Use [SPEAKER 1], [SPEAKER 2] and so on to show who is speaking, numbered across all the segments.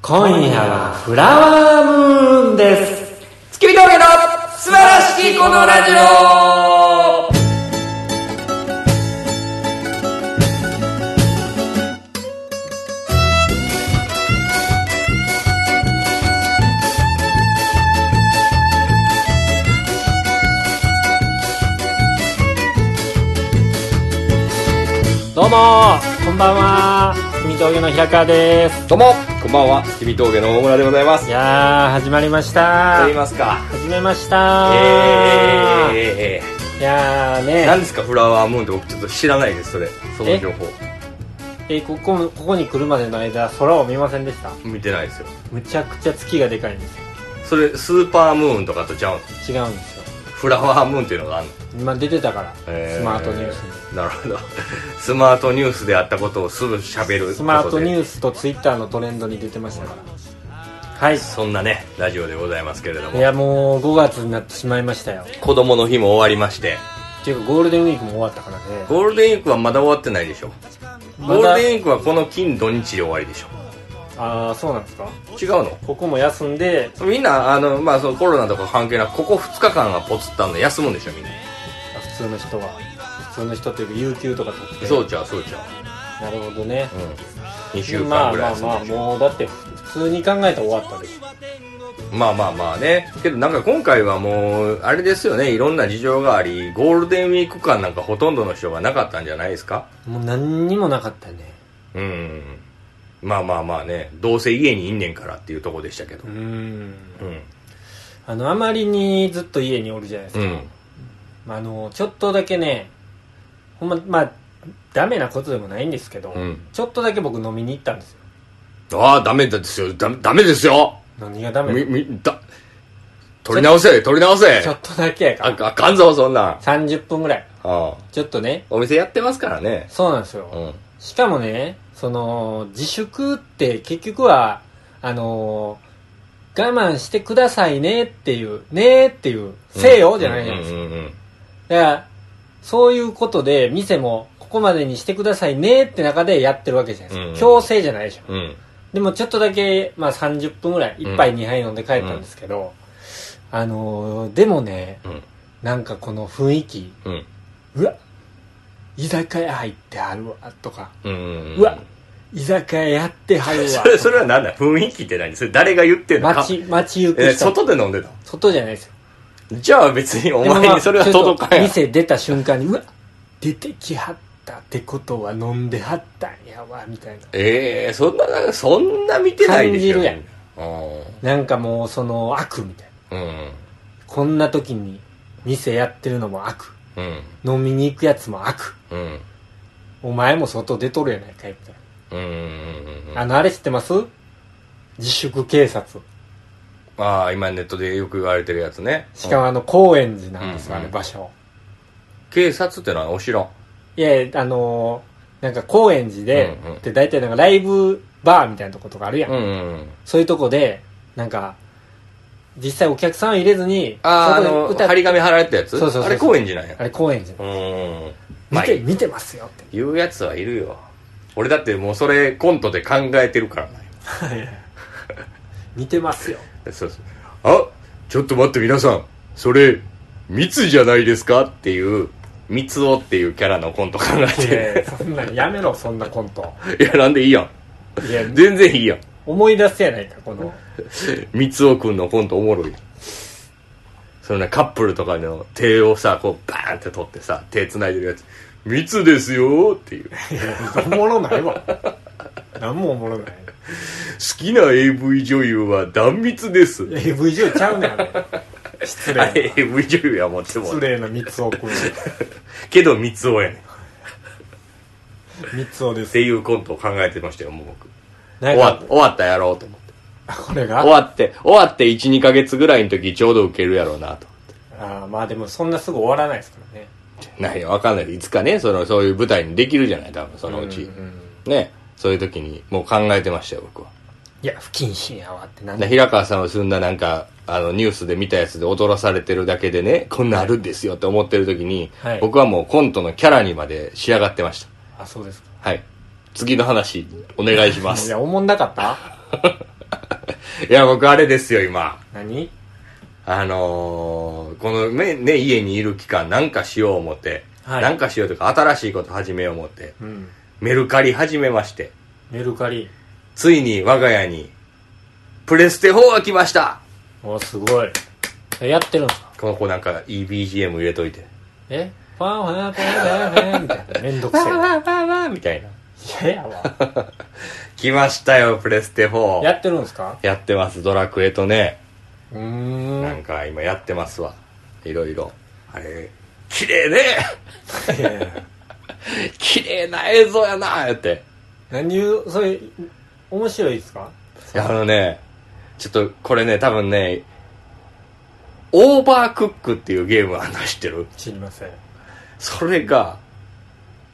[SPEAKER 1] 今夜はフラワームーンです
[SPEAKER 2] 月見峠の素晴らしきこのラジオ
[SPEAKER 1] どうもこんばんは君峠の平川です
[SPEAKER 2] どうもこんばんは月見峠の大村でございます
[SPEAKER 1] い
[SPEAKER 2] と
[SPEAKER 1] やー始まりました
[SPEAKER 2] 言いますか
[SPEAKER 1] 始めました
[SPEAKER 2] えー
[SPEAKER 1] いやー
[SPEAKER 2] 何
[SPEAKER 1] ね
[SPEAKER 2] ですかフラワームーンって僕ちょっと知らないですそれその情報
[SPEAKER 1] えここここに来るまでの間空を見ませんでした
[SPEAKER 2] 見てないですよ
[SPEAKER 1] むちゃくちゃ月がでかいんです
[SPEAKER 2] それスーパームーンとかとちゃうんです
[SPEAKER 1] よ違うんですよ
[SPEAKER 2] フラワームーンっていうのがあるの
[SPEAKER 1] 今出てたから、スマートニュースに
[SPEAKER 2] になるほど スマートニュースであったことをすぐしゃべる
[SPEAKER 1] スマートニュ
[SPEAKER 2] ス
[SPEAKER 1] ースとツイッターのトレンドに出てましたからはい
[SPEAKER 2] そんなねラジオでございますけれど
[SPEAKER 1] い
[SPEAKER 2] も
[SPEAKER 1] やもう5月になってしまいましたよ
[SPEAKER 2] 子供の日も終わりまして
[SPEAKER 1] っていうかゴールデンウィークも終わったからね
[SPEAKER 2] ゴールデンウィークはまだ終わってないでしょ、
[SPEAKER 1] ま
[SPEAKER 2] ゴ
[SPEAKER 1] だ
[SPEAKER 2] ールデンウィークはこの金土日で終わりでしょ
[SPEAKER 1] ああそうなんですか
[SPEAKER 2] 違うの
[SPEAKER 1] ここも休んで
[SPEAKER 2] みんなあの、まあ、そのコロナとか関係なくここ2日間はポツったんで休むんでしょみんな
[SPEAKER 1] あ普通の人は普通の人というか有給とか取って
[SPEAKER 2] そうちゃうそうちゃ
[SPEAKER 1] なるほどね
[SPEAKER 2] う、うん、2週
[SPEAKER 1] ま
[SPEAKER 2] 間
[SPEAKER 1] あ
[SPEAKER 2] ぐ
[SPEAKER 1] ま
[SPEAKER 2] らい
[SPEAKER 1] あ
[SPEAKER 2] 休
[SPEAKER 1] ま
[SPEAKER 2] む
[SPEAKER 1] あ
[SPEAKER 2] でしょ
[SPEAKER 1] もうだって普通に考えたら終わったでしょ
[SPEAKER 2] まあまあまあねけどなんか今回はもうあれですよねいろんな事情がありゴールデンウィーク間なんかほとんどの人がなかったんじゃないですか
[SPEAKER 1] もう何にもなかったね
[SPEAKER 2] うんまあまあまあねどうせ家にいんねんからっていうとこでしたけど
[SPEAKER 1] うーん
[SPEAKER 2] うん
[SPEAKER 1] あのあまりにずっと家におるじゃないです
[SPEAKER 2] う
[SPEAKER 1] か、
[SPEAKER 2] ん
[SPEAKER 1] まあ、あのちょっとだけねほんままあダメなことでもないんですけど、
[SPEAKER 2] うん
[SPEAKER 1] ちょっとだけ僕飲みに行ったんですよ
[SPEAKER 2] ああダメですよダメダメですよ
[SPEAKER 1] 何がダメ
[SPEAKER 2] みみだ取り直せ取り直せ
[SPEAKER 1] ちょっとだけやか
[SPEAKER 2] あ
[SPEAKER 1] ら
[SPEAKER 2] あかんぞそんなん
[SPEAKER 1] 30分ぐらい
[SPEAKER 2] ああ
[SPEAKER 1] ちょっとね
[SPEAKER 2] お店やってますからね
[SPEAKER 1] そうなんですよ、
[SPEAKER 2] うん
[SPEAKER 1] しかもねその自粛って結局はあのー我慢してくださいねっていうねっていうせよじゃないじゃないですか、
[SPEAKER 2] うんうんうん
[SPEAKER 1] だからそういうことで店もここまでにしてくださいねって中でやってるわけじゃないですか、
[SPEAKER 2] うんうん
[SPEAKER 1] 強制じゃないでしょ、
[SPEAKER 2] うんうん
[SPEAKER 1] でもちょっとだけ、まあ、30分ぐらい1杯2杯飲んで帰ったんですけど、あのーでもね
[SPEAKER 2] うん
[SPEAKER 1] なんかこの雰囲気
[SPEAKER 2] うん
[SPEAKER 1] うわ居酒屋入ってはるわとか
[SPEAKER 2] うんんん
[SPEAKER 1] うわ居酒屋やってはるわ
[SPEAKER 2] それそれは何だ雰囲気って何それ誰が言ってんのか
[SPEAKER 1] 街街行
[SPEAKER 2] え
[SPEAKER 1] く
[SPEAKER 2] ー
[SPEAKER 1] 人
[SPEAKER 2] 外で飲んでた
[SPEAKER 1] 外じゃないですよ
[SPEAKER 2] じゃあ別にお
[SPEAKER 1] でも
[SPEAKER 2] 前
[SPEAKER 1] まあ
[SPEAKER 2] にそれは届かん
[SPEAKER 1] ちょ
[SPEAKER 2] や
[SPEAKER 1] っと店出た瞬間にうわ出てきはったってことは飲んではったんやわみたいな
[SPEAKER 2] ええそんなそんな見てないでし
[SPEAKER 1] 感じ
[SPEAKER 2] ょ
[SPEAKER 1] るやん
[SPEAKER 2] う
[SPEAKER 1] なんかもうその悪みたいなん
[SPEAKER 2] うん
[SPEAKER 1] こんな時に店やってるのも悪
[SPEAKER 2] うん
[SPEAKER 1] 飲みに行くやつも悪
[SPEAKER 2] うん
[SPEAKER 1] お前も外出とるやないかいみたい
[SPEAKER 2] うんうん
[SPEAKER 1] なあのあれ知ってます自粛警察
[SPEAKER 2] ああ今ネットでよく言われてるやつね
[SPEAKER 1] しかもあの高円寺なんですよ、
[SPEAKER 2] うん
[SPEAKER 1] あの場所
[SPEAKER 2] 警察ってのはお城
[SPEAKER 1] いやいやあのーなんか高円寺で、
[SPEAKER 2] うんうん
[SPEAKER 1] で大体なんかライブバーみたいなとことかあるやん、
[SPEAKER 2] うんうん
[SPEAKER 1] そういうとこでなんか実際お客さん入れずに
[SPEAKER 2] あああ
[SPEAKER 1] そこ
[SPEAKER 2] の
[SPEAKER 1] で歌っ
[SPEAKER 2] 張り紙貼られたやつ
[SPEAKER 1] そうそうそうそう
[SPEAKER 2] あれ高円寺なんや
[SPEAKER 1] あれ高円寺
[SPEAKER 2] うーん
[SPEAKER 1] 見
[SPEAKER 2] まあ
[SPEAKER 1] て見てます よって
[SPEAKER 2] 言うやつはいるよ俺だってもうそれコントで考えてるからな
[SPEAKER 1] 見てますよ
[SPEAKER 2] そうそうあちょっと待って皆さんそれ密じゃないですかっていう三つおっていうキャラのコント考
[SPEAKER 1] い
[SPEAKER 2] え
[SPEAKER 1] やいやそんなんやめろそんなコント
[SPEAKER 2] ていやなんでいいやん
[SPEAKER 1] いや
[SPEAKER 2] 全然いいやん
[SPEAKER 1] 思い出せやないかこの
[SPEAKER 2] 三つおくんのコントおもろいやんそのねカップルとかの手をさこうバーンって取ってさ手繋いでるやつ密ですよーっていう
[SPEAKER 1] いやおもろないわ何もおもろない
[SPEAKER 2] 好きな AV 女優は断密です
[SPEAKER 1] いや AV 上ちゃうねんあれ失礼
[SPEAKER 2] あ
[SPEAKER 1] な
[SPEAKER 2] れ AV 女優やもんっても
[SPEAKER 1] 失
[SPEAKER 2] う
[SPEAKER 1] 礼な三つ男
[SPEAKER 2] けど三つおやねんっ
[SPEAKER 1] 三つ男です
[SPEAKER 2] ていうコントを考えてましたよもう僕
[SPEAKER 1] なん
[SPEAKER 2] 終わ
[SPEAKER 1] か
[SPEAKER 2] 終わったやろうと思って
[SPEAKER 1] これが
[SPEAKER 2] 終わって終わって12ヶ月ぐらいの時ちょうど受けるやろうなと
[SPEAKER 1] あーまあでもそんなすぐ終わらないですからね
[SPEAKER 2] ないよわかんないいつかねそのそういう舞台にできるじゃない多分そのうち、
[SPEAKER 1] うんうん
[SPEAKER 2] ねそういう時にもう考えてましたよ僕はい
[SPEAKER 1] や不謹慎やわってなん
[SPEAKER 2] で
[SPEAKER 1] で
[SPEAKER 2] 平川さんの住んだなんかあのニュースで見たやつで踊らされてるだけでねこんなんあるんですよって思ってる時に、
[SPEAKER 1] はい
[SPEAKER 2] 僕はもうコントのキャラにまで仕上がってました
[SPEAKER 1] あそうですか
[SPEAKER 2] はい次の話お願いしま
[SPEAKER 1] い
[SPEAKER 2] す
[SPEAKER 1] やおもんなかった
[SPEAKER 2] いや、僕あれですよ、今。
[SPEAKER 1] 何
[SPEAKER 2] あのーこのねね、家にいる期間、なんかしよう思って、
[SPEAKER 1] はい
[SPEAKER 2] なんかしようとか、新しいこと始めよう思って、
[SPEAKER 1] うん。
[SPEAKER 2] メルカリ始めまして、
[SPEAKER 1] メルカリ。
[SPEAKER 2] ついに我が家に、プレステ4が来ました
[SPEAKER 1] お、すごい。えやってるんですか
[SPEAKER 2] この子なんか、いい BGM 入れといて。
[SPEAKER 1] えファンファンファンファンファンみたいな。めんどく
[SPEAKER 2] わ
[SPEAKER 1] せ
[SPEAKER 2] ーわーわーわーみたいな。
[SPEAKER 1] え。嫌やわ。
[SPEAKER 2] 来ましたよ、プレステ4。
[SPEAKER 1] や
[SPEAKER 2] や
[SPEAKER 1] ってるんですか
[SPEAKER 2] ってます、ドラクエとね。
[SPEAKER 1] うー。
[SPEAKER 2] なんんか今やってますわ。いろいろ。あれ、綺麗ね
[SPEAKER 1] いやいや
[SPEAKER 2] 綺麗な映像やなって。
[SPEAKER 1] 何を、それ、面白いですか
[SPEAKER 2] いや、あのね、ちょっとこれね、多分ね、オーバークックっていうゲームあんの知ってる
[SPEAKER 1] 知りません。
[SPEAKER 2] それが、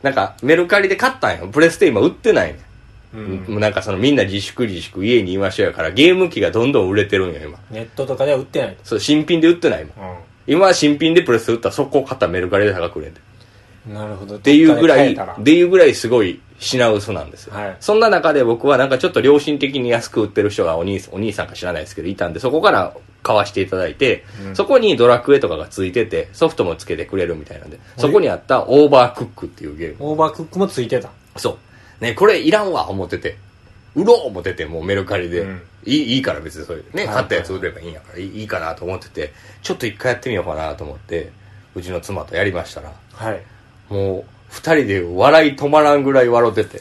[SPEAKER 2] なんかメルカリで買ったんよ。プレステ今売ってないね、。
[SPEAKER 1] うんん。
[SPEAKER 2] もうなんかそのみんな自粛自粛家にいましょうやからゲーム機がどんどん売れてるんよ今。
[SPEAKER 1] ネットとかでは売ってないと。
[SPEAKER 2] そう、新品で売ってないもん。今は新品でプレステ売ったら速攻買ったらメルカリで高く売れんで。
[SPEAKER 1] うん。なるほど。っ
[SPEAKER 2] っていうぐらい、
[SPEAKER 1] たら
[SPEAKER 2] っていうぐらいすごい品薄なんですよ、
[SPEAKER 1] はい
[SPEAKER 2] そんな中で僕はなんかちょっと良心的に安く売ってる人がお兄お兄さんか知らないですけど、いたんで、そこから買わしていただいて、
[SPEAKER 1] うん
[SPEAKER 2] そこにドラクエとかがついてて、ソフトもつけてくれるみたいなんで、そこにあったオーバークックっていうゲーム。
[SPEAKER 1] オーバークックもついてた。
[SPEAKER 2] そう。ね、これいらんわ、思ってて。売ろう思ってて、もうメルカリで。
[SPEAKER 1] うん
[SPEAKER 2] いいいいから別にそういう。ね、
[SPEAKER 1] はい
[SPEAKER 2] 買ったやつ売ればいいんやから、いいいいかなと思ってて、ちょっと一回やってみようかなと思って、うちの妻とやりましたら、
[SPEAKER 1] はい。
[SPEAKER 2] もう、二人で笑い止まらんぐらい笑ってて。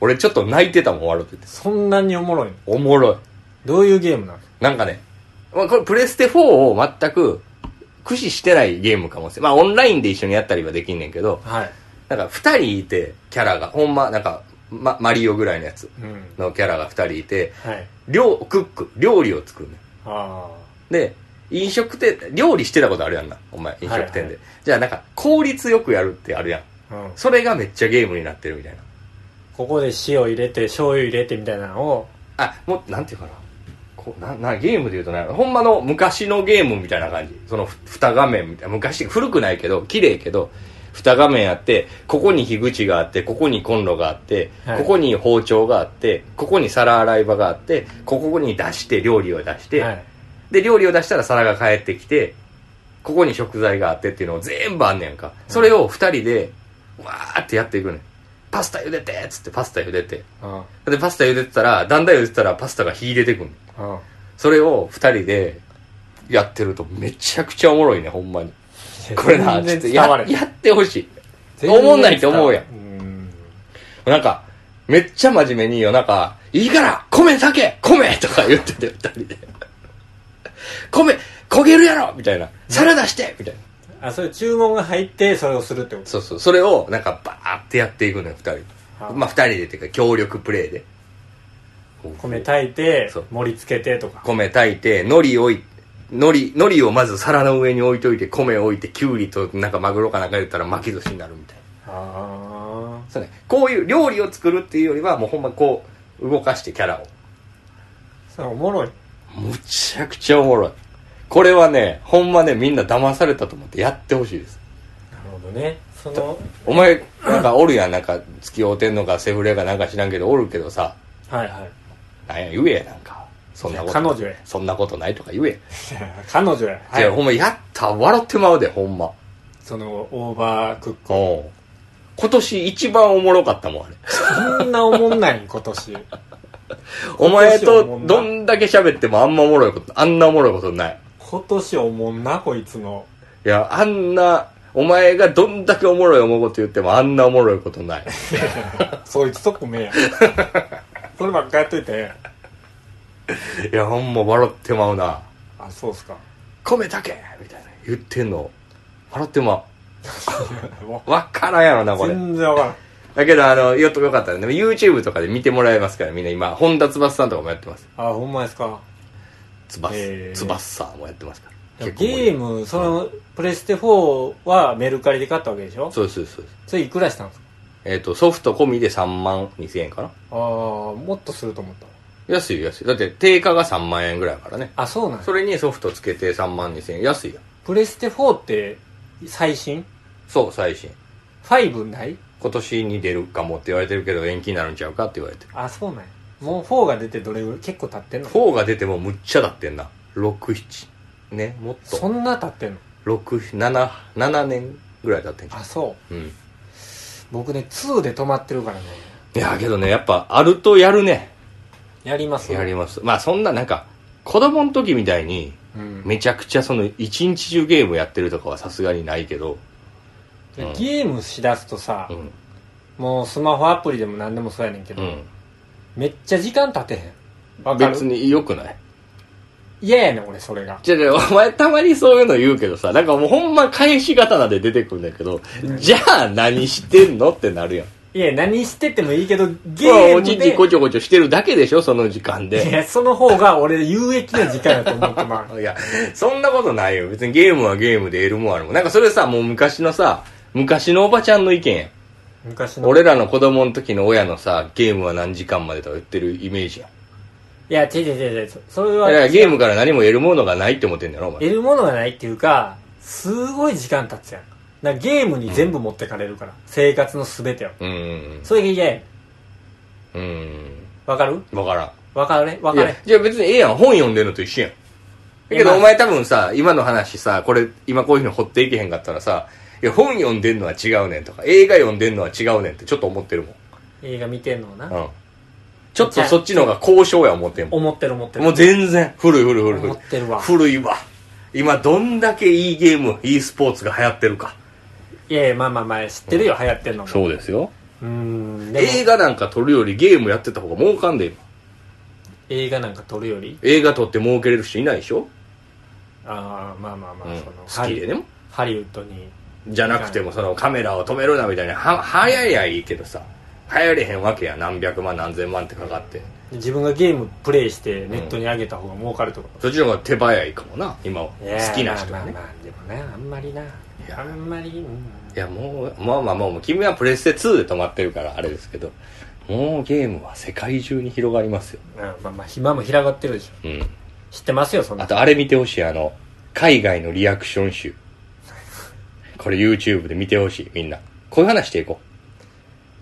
[SPEAKER 2] 俺ちょっと泣いてたもん、笑ってて。
[SPEAKER 1] そんなにおもろいの
[SPEAKER 2] おもろい。
[SPEAKER 1] どういうゲームなの
[SPEAKER 2] なんかね、まあ、これプレステ4を全く駆使してないゲームかもしれん。まあオンラインで一緒にやったりはできんねんけど、
[SPEAKER 1] はい。
[SPEAKER 2] なんか二人いて、キャラが、ほんま、なんか、ま、マリオぐらいのやつ
[SPEAKER 1] うん。
[SPEAKER 2] のキャラが二人いて、
[SPEAKER 1] はい。
[SPEAKER 2] 料、クック、料理を作るねん。
[SPEAKER 1] あ
[SPEAKER 2] で、飲食店、料理してたことあるやんな、お前、飲食店で。
[SPEAKER 1] はいはい
[SPEAKER 2] じゃあなんか、効率よくやるってあるやん。
[SPEAKER 1] あ。うん。
[SPEAKER 2] それがめっちゃゲームになってるみたいな。
[SPEAKER 1] ここで塩入れて、醤油入れてみたいなのを、
[SPEAKER 2] あもうなんていうかなこうななゲームで言うとねほんまの昔のゲームみたいな感じそのふ二画面みたいな昔古くないけど綺麗けど二画面あってここに火口があってここにコンロがあって、
[SPEAKER 1] はい
[SPEAKER 2] ここに包丁があってここに皿洗い場があってここに出して料理を出して、
[SPEAKER 1] はい。
[SPEAKER 2] で料理を出したら皿が返ってきてここに食材があってっていうのを全部あんねやんかそれを二人でわーってやっていくねんパスタ茹でてっつってパスタ茹でて
[SPEAKER 1] うん。
[SPEAKER 2] で、パスタ茹でてたら、だんだん茹でてたらパスタが火出てくる。
[SPEAKER 1] うん。
[SPEAKER 2] それを二人でやってるとめちゃくちゃおもろいね、ほんまに。これな、ちょ
[SPEAKER 1] 全
[SPEAKER 2] っと
[SPEAKER 1] 然伝わ
[SPEAKER 2] や
[SPEAKER 1] れ
[SPEAKER 2] やってほしい。
[SPEAKER 1] 全然伝われ
[SPEAKER 2] おもんないって思うや
[SPEAKER 1] うん。
[SPEAKER 2] ん。なんか、めっちゃ真面目に夜中、いいから米炊け米とか言ってて、二人で。 米焦げるやろみたいな。サラダしてみたいな。
[SPEAKER 1] あ、それ注文が入って、それをするってこ
[SPEAKER 2] そうそう。それをなんかバーってやっていくのよ、二人。
[SPEAKER 1] はい
[SPEAKER 2] まあ二人でっていうか協力プレイで。
[SPEAKER 1] と。米炊いて
[SPEAKER 2] そう、
[SPEAKER 1] 盛り付けてとか。
[SPEAKER 2] 米炊いて海苔をい海苔海苔をまず皿の上に置いといて米を置いてきゅうりとなんかマグロかなんか入れたら巻き寿司になるみたいな
[SPEAKER 1] あ
[SPEAKER 2] そう、ね、こういう料理を作るっていうよりはもうほんまこう動かしてキャラを
[SPEAKER 1] あ。それおもろい。
[SPEAKER 2] むちゃくちゃおもろいこれはねほんまねみんな騙されたと思ってやってほしいです
[SPEAKER 1] なるほどね。その、
[SPEAKER 2] お前なんかおるやんなんか付き合うてんのかセフレかなんか知らんけどおるけどさ
[SPEAKER 1] はいはい。
[SPEAKER 2] なんや言えやなんかそんなこと
[SPEAKER 1] 彼女や
[SPEAKER 2] そんなことないとか言え、
[SPEAKER 1] 彼女や。
[SPEAKER 2] じ
[SPEAKER 1] は
[SPEAKER 2] ゃあ
[SPEAKER 1] い。
[SPEAKER 2] ほんまやった笑ってまうでほんま
[SPEAKER 1] その、オーバークック。
[SPEAKER 2] うん今年一番おもろかったもんあれ
[SPEAKER 1] そんなおもんないん、今年。
[SPEAKER 2] お前とどんだけ喋ってもあんまおもろいことあんなおもろいことない
[SPEAKER 1] 今年おもんな、こいつの。
[SPEAKER 2] いやあんなお前がどんだけおもろい思うこと言ってもあんなおもろいことない
[SPEAKER 1] そいつとこめえや。 そればっかやっといて。
[SPEAKER 2] いやほんま笑ってまうな
[SPEAKER 1] あ、そうっすか。
[SPEAKER 2] 米炊けみたいな言ってんの笑ってま
[SPEAKER 1] も
[SPEAKER 2] うわからんやろなこ
[SPEAKER 1] う
[SPEAKER 2] れ
[SPEAKER 1] 全然わからん。
[SPEAKER 2] だけどあのよっとよかったらね YouTube とかで見てもらえますからみんな今本田翼さんとかもやってます
[SPEAKER 1] あ、ほんまですか。
[SPEAKER 2] 翼、
[SPEAKER 1] へー
[SPEAKER 2] 翼さんもやってますから
[SPEAKER 1] ゲ
[SPEAKER 2] 結構盛り
[SPEAKER 1] ーム、その、プレステ4はメルカリで買ったわけでしょ
[SPEAKER 2] そうそうそう
[SPEAKER 1] それいくらしたんですか
[SPEAKER 2] えっ、とソフト込みで3万2000円かな
[SPEAKER 1] ああ、もっとすると思った。
[SPEAKER 2] 安いよ安いだって定価が3万円ぐらいだからね
[SPEAKER 1] あ、そうなんや
[SPEAKER 2] それにソフトつけて3万2000円安いやん
[SPEAKER 1] プレステ4って最新
[SPEAKER 2] そう最新
[SPEAKER 1] ?5 ない
[SPEAKER 2] 今年に出るかもって言われてるけど延期になるんちゃうかって言われてる
[SPEAKER 1] あ、そうなんや。もう4が出てどれぐらい結構経ってんの
[SPEAKER 2] 4が出てもむっちゃだってんな67ねもっ
[SPEAKER 1] そ
[SPEAKER 2] と
[SPEAKER 1] んな経ってんの
[SPEAKER 2] 677年ぐらいだってんじゃ
[SPEAKER 1] あそうん
[SPEAKER 2] うん
[SPEAKER 1] 僕ね2で止まってるからね
[SPEAKER 2] いやけどねやっぱあるとやるね
[SPEAKER 1] やります
[SPEAKER 2] やりますまあそんななんか子供の時みたいに
[SPEAKER 1] うん
[SPEAKER 2] めちゃくちゃその一日中ゲームやってるとかはさすがにないけどうん
[SPEAKER 1] ゲームしだすとさ、
[SPEAKER 2] うん
[SPEAKER 1] もうスマホアプリでも何でもそうやねんけど、
[SPEAKER 2] うん
[SPEAKER 1] めっちゃ時間経てへんわか
[SPEAKER 2] 別
[SPEAKER 1] る
[SPEAKER 2] に良くない
[SPEAKER 1] 嫌やねん俺それが
[SPEAKER 2] じゃあ、お前たまにそういうの言うけどさ、なんかもうほんま返し刀で出てくるんだけど、じゃあ何してんのってなるやん。
[SPEAKER 1] いや何しててもいいけどゲ
[SPEAKER 2] まあ
[SPEAKER 1] ー
[SPEAKER 2] お
[SPEAKER 1] ム
[SPEAKER 2] ちん
[SPEAKER 1] で
[SPEAKER 2] ちんこちょこちょしてるだけでしょ、その時間
[SPEAKER 1] い
[SPEAKER 2] で。
[SPEAKER 1] やその方が俺有益な時間やと思ってまう
[SPEAKER 2] いや、そんなことないよ。別にゲームはゲームで得るもんあるもん。なんかそれさ、もう昔のさ、昔のおばちゃんの意見やん。
[SPEAKER 1] 昔の
[SPEAKER 2] 俺らの子供の時の親のさ、ゲームは何時間までとか言ってるイメージやん。
[SPEAKER 1] いや違う違う違う違うそれ
[SPEAKER 2] だから
[SPEAKER 1] は
[SPEAKER 2] ゲームから何も得るものがないって思ってんだろ、お前。
[SPEAKER 1] 得るものがないっていうかすごい時間経つやんなんかゲームに全部持ってかれるから、生活の全てを
[SPEAKER 2] うん
[SPEAKER 1] それが嫌やねん
[SPEAKER 2] うんうん。うん
[SPEAKER 1] わかる
[SPEAKER 2] うん。わからん。
[SPEAKER 1] わかれわ
[SPEAKER 2] い
[SPEAKER 1] か
[SPEAKER 2] や
[SPEAKER 1] れ、
[SPEAKER 2] じゃあ別にええやん。本読んでんのと一緒やん。だけど
[SPEAKER 1] 今
[SPEAKER 2] お前多分さ、今の話さ、これ、今こういうの掘っていけへんかったらさ、いや、本読んでんのは違うねんとか、映画読んでんのは違うねんってちょっと思ってるも
[SPEAKER 1] 映画見てんのはな、
[SPEAKER 2] ん。うん。ちょっとそっちの方が交渉や思ってんも
[SPEAKER 1] 思ってる思って
[SPEAKER 2] ん。
[SPEAKER 1] る
[SPEAKER 2] もう全然、古い古い古い古い
[SPEAKER 1] 思。ってるわ
[SPEAKER 2] 古いわ。今どんだけいいゲーム、いいスポーツが流行ってるか。
[SPEAKER 1] いやいやまあまあまあ知ってるよ、流行ってんのも
[SPEAKER 2] うですよ。
[SPEAKER 1] うーんでも
[SPEAKER 2] 映画なんか撮るよりゲームやってた方が儲かんで今。
[SPEAKER 1] 映画なんか撮るより
[SPEAKER 2] 映画撮って儲けれる人いないでしょ、
[SPEAKER 1] ああまあまあまあ、
[SPEAKER 2] うん
[SPEAKER 1] その
[SPEAKER 2] 好きでね。
[SPEAKER 1] ハリウッドに
[SPEAKER 2] じゃなくてもそのカメラを止めるなみたいなは早いやいいけどさ流行れへんわけや何百万何千万ってかかって
[SPEAKER 1] 自分がゲームプレイしてネットに上げた方が儲かるってこと
[SPEAKER 2] そっちの方が手早いかもな今は好きな人
[SPEAKER 1] は
[SPEAKER 2] はね
[SPEAKER 1] まあまあまあでもなあんまりない
[SPEAKER 2] や
[SPEAKER 1] あんまり、うん
[SPEAKER 2] いやもうまあまあまあもう君はプレステ2で止まってるからあれですけどもうゲームは世界中に広がりますよ
[SPEAKER 1] あまあまあ暇も広がってるでしょ
[SPEAKER 2] うん
[SPEAKER 1] 知ってますよそん
[SPEAKER 2] あ
[SPEAKER 1] な
[SPEAKER 2] とあれ見てほしいあの海外のリアクション集これ YouTube で見てほしいみんなこういう話していこ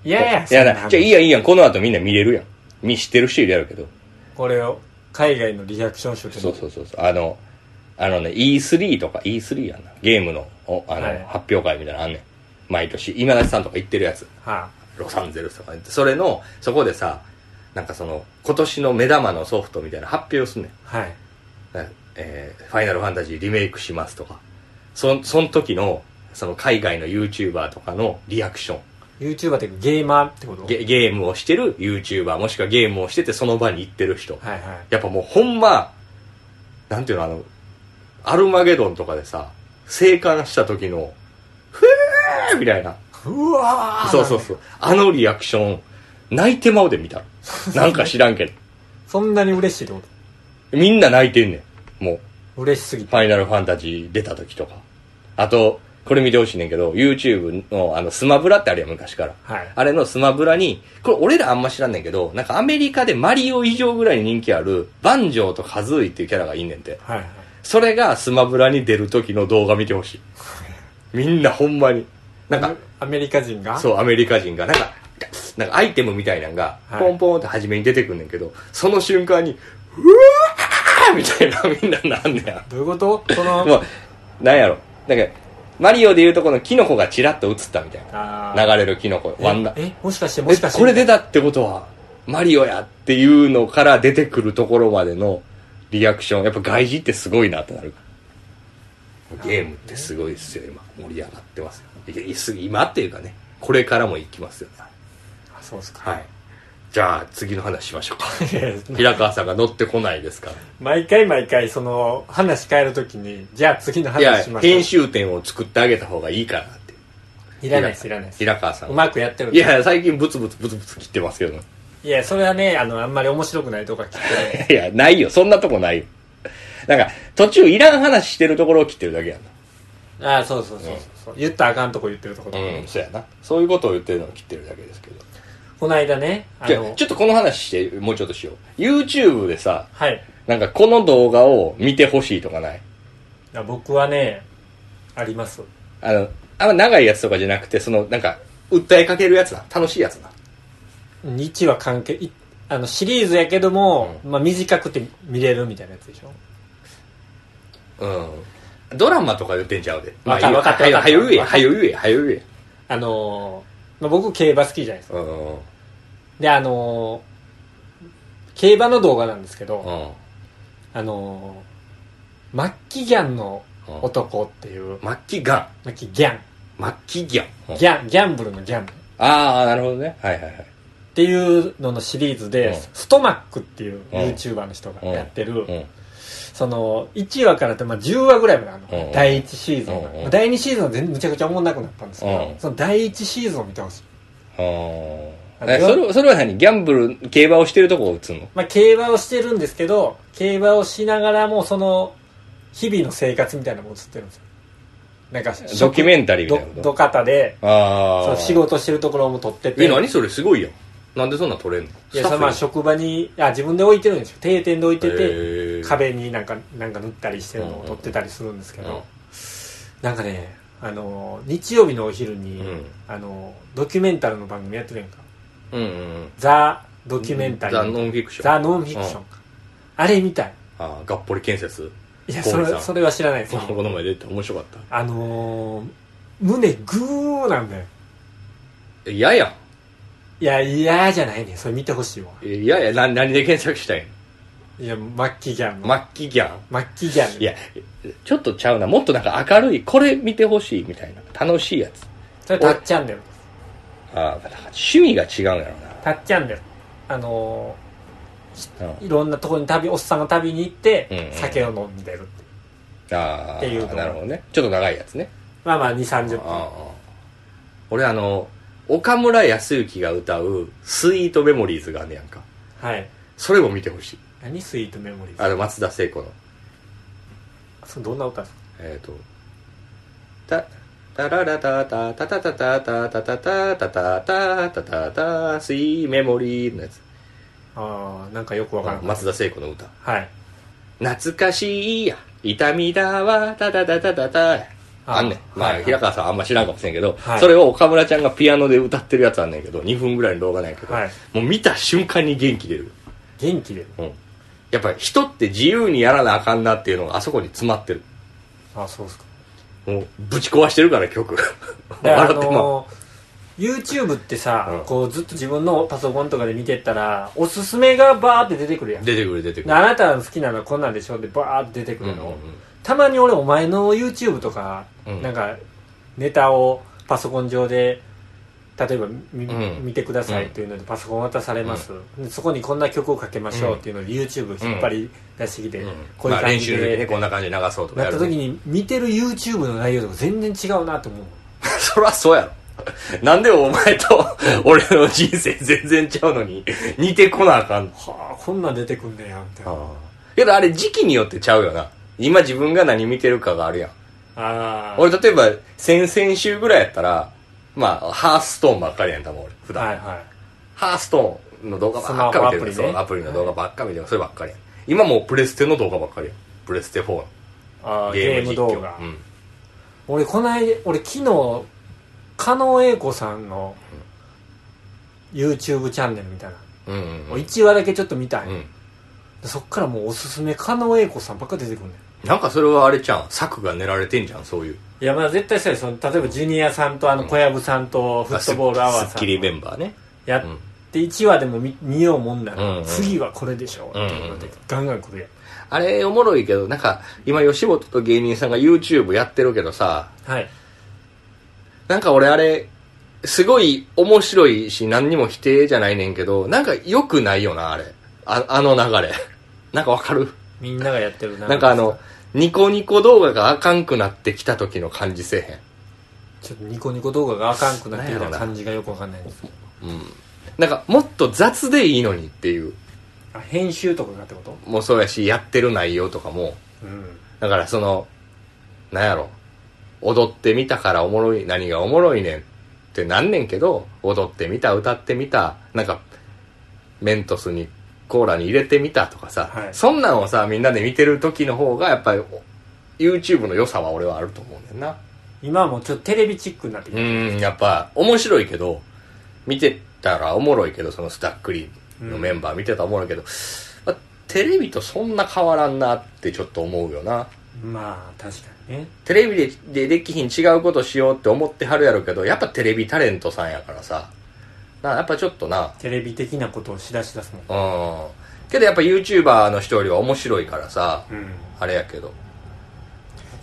[SPEAKER 2] う
[SPEAKER 1] いやいや
[SPEAKER 2] いや
[SPEAKER 1] そん
[SPEAKER 2] だ
[SPEAKER 1] な
[SPEAKER 2] じゃあいいやんいいやんこの後みんな見れるやん見知ってる人いるやろうけど
[SPEAKER 1] これを海外のリアクション集って
[SPEAKER 2] そうそうそうそうあのあのね E3 とか E3 やんなゲームのおあの、
[SPEAKER 1] はい
[SPEAKER 2] 発表会みたいなのあんねん毎年今立さんとか行ってるやつ
[SPEAKER 1] は
[SPEAKER 2] ロサンゼルスとか行ってそれのそこでさなんかその今年の目玉のソフトみたいな発表すんねん
[SPEAKER 1] あ、はい
[SPEAKER 2] なえーファイナルファンタジーリメイクしますとかそんその時のその海外の YouTuber とかのリアクション
[SPEAKER 1] YouTuber っていうかゲーマーってこと
[SPEAKER 2] ゲゲームをしてる YouTuber もしくはゲームをしててその場に行ってる人
[SPEAKER 1] はいはい
[SPEAKER 2] やっぱもうほんま、なんていうのあの、アルマゲドンとかでさ、生還した時の、ふえーみたいな。
[SPEAKER 1] うわー
[SPEAKER 2] そうそう
[SPEAKER 1] う
[SPEAKER 2] そう。あのリアクション、泣いてまうで見たら。なんか知らんけど。
[SPEAKER 1] そんなに嬉しいってこ
[SPEAKER 2] みんな泣いてんねん。もう、
[SPEAKER 1] と嬉しすぎ
[SPEAKER 2] フ
[SPEAKER 1] て
[SPEAKER 2] ァイナルファンタジー出た時とか。あと、これ見てほしいねんけど、YouTube のあの、スマブラってあるやん、昔から。
[SPEAKER 1] はい
[SPEAKER 2] あれのスマブラに、これ俺らあんま知らんねんけど、なんかアメリカでマリオ以上ぐらいに人気ある、バンジョーとカズーイっていうキャラがいんねんて。
[SPEAKER 1] はいはい
[SPEAKER 2] それがスマブラに出る時の動画見てほしい。みんなほんまに。なんか、
[SPEAKER 1] アメリカ人が
[SPEAKER 2] そう、アメリカ人が、なんか、なんかアイテムみたいなんが、
[SPEAKER 1] はい
[SPEAKER 2] ポンポンって初めに出てくんねんけど、その瞬間に、うわーみたいなみんななんねや。
[SPEAKER 1] どういうことその、
[SPEAKER 2] もう、なんやろ。なんか、マリオでいうとこのキノコがチラッと映ったみたい
[SPEAKER 1] あー
[SPEAKER 2] な。流れるキノコ、ワンダ。
[SPEAKER 1] ええもしかしてもしかして
[SPEAKER 2] えこれ出たってことは、マリオやっていうのから出てくるところまでのリアクション。やっぱ外人ってすごいなってなるから。ゲームってすごいですよ、今。盛り上がってますよ。いやいす今っていうかね、これからも行きますよね。
[SPEAKER 1] あそうですか
[SPEAKER 2] はい。じゃあ次の話しましょうか。
[SPEAKER 1] いや
[SPEAKER 2] 平川さんが乗ってこない ですか
[SPEAKER 1] 毎回毎回その話変えるときにじゃあ次の
[SPEAKER 2] ら。いや
[SPEAKER 1] 話し、ましょう
[SPEAKER 2] 編集点を作ってあげた方がいいかなって。
[SPEAKER 1] いらないですいらないです
[SPEAKER 2] 平川さ
[SPEAKER 1] うん
[SPEAKER 2] が。
[SPEAKER 1] まくやってる
[SPEAKER 2] いや、最近ブツブツブツブツ切ってますけど。
[SPEAKER 1] いやそれはねあのあんまり面白くないとか聞いてない
[SPEAKER 2] いや、ないよ。そんなとこないよ。なんか、途中いらん話してるところを切ってるだけやんな。
[SPEAKER 1] ああそうそうそうそう、言ったらあかんとこ言ってるとこ、
[SPEAKER 2] うん、そうやな。そういうことを言ってるのを切ってるだけですけど。
[SPEAKER 1] この間ねあ
[SPEAKER 2] じゃあ
[SPEAKER 1] の
[SPEAKER 2] ちょっとこの話して、もうちょっとしよう。YouTube でさ、
[SPEAKER 1] はい
[SPEAKER 2] なんかこの動画を見てほしいとかない
[SPEAKER 1] あ僕はねあります
[SPEAKER 2] あの、あんま長いやつとかじゃなくて、その、なんか、訴えかけるやつな。楽しいやつな。
[SPEAKER 1] 日は関係いあのシリーズやけども、まあ、短くて見れるみたいなやつでしょ
[SPEAKER 2] うんドラマとか言ってんちゃうで
[SPEAKER 1] わか
[SPEAKER 2] まあ
[SPEAKER 1] わかった
[SPEAKER 2] はよ
[SPEAKER 1] わかった
[SPEAKER 2] はよ言え
[SPEAKER 1] わかった
[SPEAKER 2] はよ言えはよ言え
[SPEAKER 1] あのーまあ、僕競馬好きじゃないですか
[SPEAKER 2] うんうん
[SPEAKER 1] であのー競馬の動画なんですけど、
[SPEAKER 2] うん
[SPEAKER 1] あのーマッキギャンの男っていう、
[SPEAKER 2] マッキガン
[SPEAKER 1] マッキギャン
[SPEAKER 2] マッキギャンうん
[SPEAKER 1] ギャンギャンブルのギャンっ
[SPEAKER 2] ああなるほどねはいはいはい
[SPEAKER 1] ていうののシリーズで、
[SPEAKER 2] うん
[SPEAKER 1] ストマックっていう
[SPEAKER 2] うん
[SPEAKER 1] YouTuber の人がやってる、
[SPEAKER 2] うん
[SPEAKER 1] その1話からって、まあ、10話ぐらいまであるの、
[SPEAKER 2] うん
[SPEAKER 1] 第1シーズン、
[SPEAKER 2] うん
[SPEAKER 1] まあ第2シーズンは全むちゃくちゃおもんなくなったんですけど、
[SPEAKER 2] うん
[SPEAKER 1] その第1シーズンを見てほしい、
[SPEAKER 2] あ
[SPEAKER 1] あ
[SPEAKER 2] ーえ
[SPEAKER 1] で
[SPEAKER 2] それそれは何ギャンブル競馬をしてるとこを打つの
[SPEAKER 1] まあ、競馬をしてるんですけど競馬をしながらもその日々の生活みたいなのも映ってるんですよなんか
[SPEAKER 2] ドキュメンタリーみたいなこと
[SPEAKER 1] ド方で
[SPEAKER 2] ああ
[SPEAKER 1] その仕事してるところも撮ってて
[SPEAKER 2] え何それすごいやんなんでそんなん撮れんの
[SPEAKER 1] いやそのまあ
[SPEAKER 2] スタッ
[SPEAKER 1] 職場にあ自分で置いてるんですよ定点で置い
[SPEAKER 2] フ
[SPEAKER 1] て
[SPEAKER 2] に
[SPEAKER 1] て
[SPEAKER 2] へー
[SPEAKER 1] 壁になんかなんか塗ったりしてるのを撮ってたりするんですけど、
[SPEAKER 2] うん
[SPEAKER 1] なんかねあの日曜日のお昼に、
[SPEAKER 2] うん
[SPEAKER 1] あのドキュメンタルの番組やってるやんか
[SPEAKER 2] うんうん
[SPEAKER 1] ザ・ドキュメンタリー
[SPEAKER 2] ザ・ノンフィクション
[SPEAKER 1] ザノンフィクションか、あれみたい
[SPEAKER 2] ああがっぽり建設
[SPEAKER 1] いや
[SPEAKER 2] 小
[SPEAKER 1] そ
[SPEAKER 2] 森
[SPEAKER 1] れ
[SPEAKER 2] さん
[SPEAKER 1] それは知らないです
[SPEAKER 2] この前出て面白かっ
[SPEAKER 1] あのー、胸グーなんだよ
[SPEAKER 2] た嫌や
[SPEAKER 1] いや嫌じゃないねそれ見てほしいわ
[SPEAKER 2] んいやいやな何で検索したい
[SPEAKER 1] いやマッキーギャン
[SPEAKER 2] の
[SPEAKER 1] の、
[SPEAKER 2] マッキギャン
[SPEAKER 1] マッキーギャン
[SPEAKER 2] いやちょっとちゃうなもっとなんか明るいこれ見てほしいみたいな楽しいやつ
[SPEAKER 1] それタッチャンネルです
[SPEAKER 2] ああだから趣味が違うんやろ
[SPEAKER 1] タッチャンネルあの
[SPEAKER 2] うな
[SPEAKER 1] ー、いろんなところに旅おっさんが旅に行って、
[SPEAKER 2] うんうん
[SPEAKER 1] 酒を飲んでるっていう
[SPEAKER 2] ああ
[SPEAKER 1] っていうとこ
[SPEAKER 2] なるほどねちょっと長いやつね
[SPEAKER 1] まあまあ2三3 0
[SPEAKER 2] ああ
[SPEAKER 1] 分
[SPEAKER 2] ああ俺あの岡村康之が歌う「スイートメモリーズ」があんねやんか
[SPEAKER 1] はい
[SPEAKER 2] それも見てほしい
[SPEAKER 1] 何スイートメモリー
[SPEAKER 2] あ
[SPEAKER 1] ズ
[SPEAKER 2] の松田聖子の
[SPEAKER 1] それどんな歌ですか
[SPEAKER 2] えっ、ー、と「たタララタタタタタタタタタタタタタタタタスイメモリー」のやつ
[SPEAKER 1] ああなんかよくわからん
[SPEAKER 2] 松田聖子の歌
[SPEAKER 1] はい
[SPEAKER 2] 懐かしいや痛みだわタタタタタタ
[SPEAKER 1] あ
[SPEAKER 2] あんねん、まあ
[SPEAKER 1] はい
[SPEAKER 2] 平川さんあんま知らんかもしれんけど、
[SPEAKER 1] はい
[SPEAKER 2] それを岡村ちゃんがピアノで歌ってるやつあんねんけど2分ぐらいの動画なんやけど、
[SPEAKER 1] はい
[SPEAKER 2] もう見た瞬間に元気出る、
[SPEAKER 1] 元気で
[SPEAKER 2] うん、やっぱり人って自由にやらなあかんなっていうのがあそこに詰まってる
[SPEAKER 1] あそうですか
[SPEAKER 2] もうぶち壊してるから曲
[SPEAKER 1] だからあ
[SPEAKER 2] 笑ってまう
[SPEAKER 1] のー、YouTube ってさ、
[SPEAKER 2] うん
[SPEAKER 1] こうずっと自分のパソコンとかで見てったらおすすめがバーって出てくるやん
[SPEAKER 2] 出てくる出てく
[SPEAKER 1] で
[SPEAKER 2] る
[SPEAKER 1] あなたの好きなのはこんなんでしょってバーって出てくるの、
[SPEAKER 2] うんうんうん
[SPEAKER 1] たまに俺お前の YouTube とか、
[SPEAKER 2] うん
[SPEAKER 1] なんかネタをパソコン上で例えばみ、
[SPEAKER 2] うん
[SPEAKER 1] 見てくださいっていうのでパソコン渡されます、でそこにこんな曲をかけましょうっていうので YouTube 引っ張り出してきて、
[SPEAKER 2] うん
[SPEAKER 1] こういう
[SPEAKER 2] まあ
[SPEAKER 1] 感
[SPEAKER 2] 練
[SPEAKER 1] じ
[SPEAKER 2] 習の時
[SPEAKER 1] で、
[SPEAKER 2] ねこんな感じで流そうとか
[SPEAKER 1] な
[SPEAKER 2] や
[SPEAKER 1] った
[SPEAKER 2] る、
[SPEAKER 1] 時
[SPEAKER 2] ね、
[SPEAKER 1] に見てる YouTube の内容とか全然違うなと思う
[SPEAKER 2] そりゃそうやろなんでお前と 俺の人生全然ちゃうのに似てこなあかんの
[SPEAKER 1] はあこんなん出てくんねやみたいな
[SPEAKER 2] けどあれ時期によってちゃうよな今自分が何見てるかがあるやん
[SPEAKER 1] あー
[SPEAKER 2] 俺例えば先々週ぐらいやったらまあハーストーンばっかりやん多分俺普段、
[SPEAKER 1] はいはい
[SPEAKER 2] ハーストーンの動画ばっ
[SPEAKER 1] ス
[SPEAKER 2] か見てる
[SPEAKER 1] マホアプリね
[SPEAKER 2] そうアプリの動画ばっか見てるそればっかりやん今もうプレステの動画ばっかりやんプレステ4の
[SPEAKER 1] あー
[SPEAKER 2] ゲ
[SPEAKER 1] ゲ
[SPEAKER 2] ー
[SPEAKER 1] ー
[SPEAKER 2] ム
[SPEAKER 1] ム
[SPEAKER 2] 実
[SPEAKER 1] 動
[SPEAKER 2] 況
[SPEAKER 1] 画、
[SPEAKER 2] うん
[SPEAKER 1] 俺こない俺昨日加納英子さんの YouTube チャンネルみたいな、
[SPEAKER 2] うんうんうん
[SPEAKER 1] 1話だけちょっと見たい、
[SPEAKER 2] うん
[SPEAKER 1] そっからもうおすすめ加納英子さんばっか出てくるね
[SPEAKER 2] なんかそれはあれちゃん策が練られてんじゃんそういう
[SPEAKER 1] いやまあ絶対そうやその例えばジュニアさんとあの小籔さんとフットボールアワー
[SPEAKER 2] スッ
[SPEAKER 1] さ
[SPEAKER 2] キリメ
[SPEAKER 1] ん
[SPEAKER 2] ンバーね
[SPEAKER 1] や
[SPEAKER 2] うん
[SPEAKER 1] って1話でも見見ようもんなら、
[SPEAKER 2] うんうん
[SPEAKER 1] 次はこれでしょ、
[SPEAKER 2] うんうん
[SPEAKER 1] っていうのでガンガン来るやん
[SPEAKER 2] あれおもろいけどなんか今吉本と芸人さんが YouTube やってるけどさ
[SPEAKER 1] はい
[SPEAKER 2] なんか俺あれ、すごい面白いし何にも否定じゃないねんけど、なんか良くないよな、あれ。ああの流れ。なんかわかる
[SPEAKER 1] みんながやってるな
[SPEAKER 2] なんかあの、ニコニコ動画があかんくなってきた時の感じせ
[SPEAKER 1] ちょっとニコニコ動画があかんくなってきた感じがよくわかんないんですけど
[SPEAKER 2] えへん。うん。なんかもっと雑でいいのにっていう。
[SPEAKER 1] あ編集とかがってこと
[SPEAKER 2] もうそうやし、やってる内容とかも。
[SPEAKER 1] うん
[SPEAKER 2] だからその、なんやろ。踊ってみたからおもろい、何がおもろいねんってなんねんけど、踊ってみた、歌ってみた、なんか、メントスにコーラに入れてみたとかさ、
[SPEAKER 1] はい
[SPEAKER 2] そんなんをさ、みんなで見てる時の方が、やっぱり、お YouTube の良さは俺はあると思うねんな。
[SPEAKER 1] 今はもうちょっとテレビチックになってき
[SPEAKER 2] う
[SPEAKER 1] た、
[SPEAKER 2] ーん、やっぱ、面白いけど、見てたらおもろいけど、そのスタックリーのメンバー見てたと思うんだけど、まあテレビとそんな変わらんなってちょっと思うよな
[SPEAKER 1] まあ確かにね
[SPEAKER 2] テレビででできひん違うことしようって思ってはるやろうけどやっぱテレビタレントさんやからさなやっぱちょっとな
[SPEAKER 1] テレビ的なことをしだしだすもん
[SPEAKER 2] うんけどやっぱ YouTuber の人よりは面白いからさ、
[SPEAKER 1] う
[SPEAKER 2] あれやけど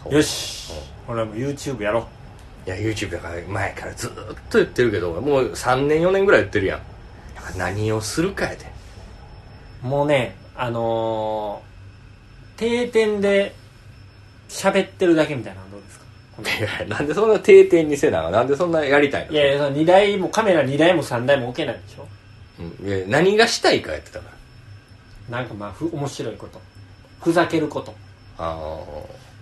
[SPEAKER 1] んよし俺はもう YouTube やろう
[SPEAKER 2] いや YouTube だから前からずっと言ってるけどもう3年4年ぐらい言ってるやんやっぱ何をするかやで
[SPEAKER 1] もうねあのー、定点で喋ってるだけみたいなのどうですかこの
[SPEAKER 2] いやなんで そんな定点にせななんでそんなやりたいの
[SPEAKER 1] いやいやその2台もカメラ2台も3台も置けないでしょ
[SPEAKER 2] うんいや何がしたいかやってたから
[SPEAKER 1] なんかまあふ面白いことふざけること
[SPEAKER 2] あ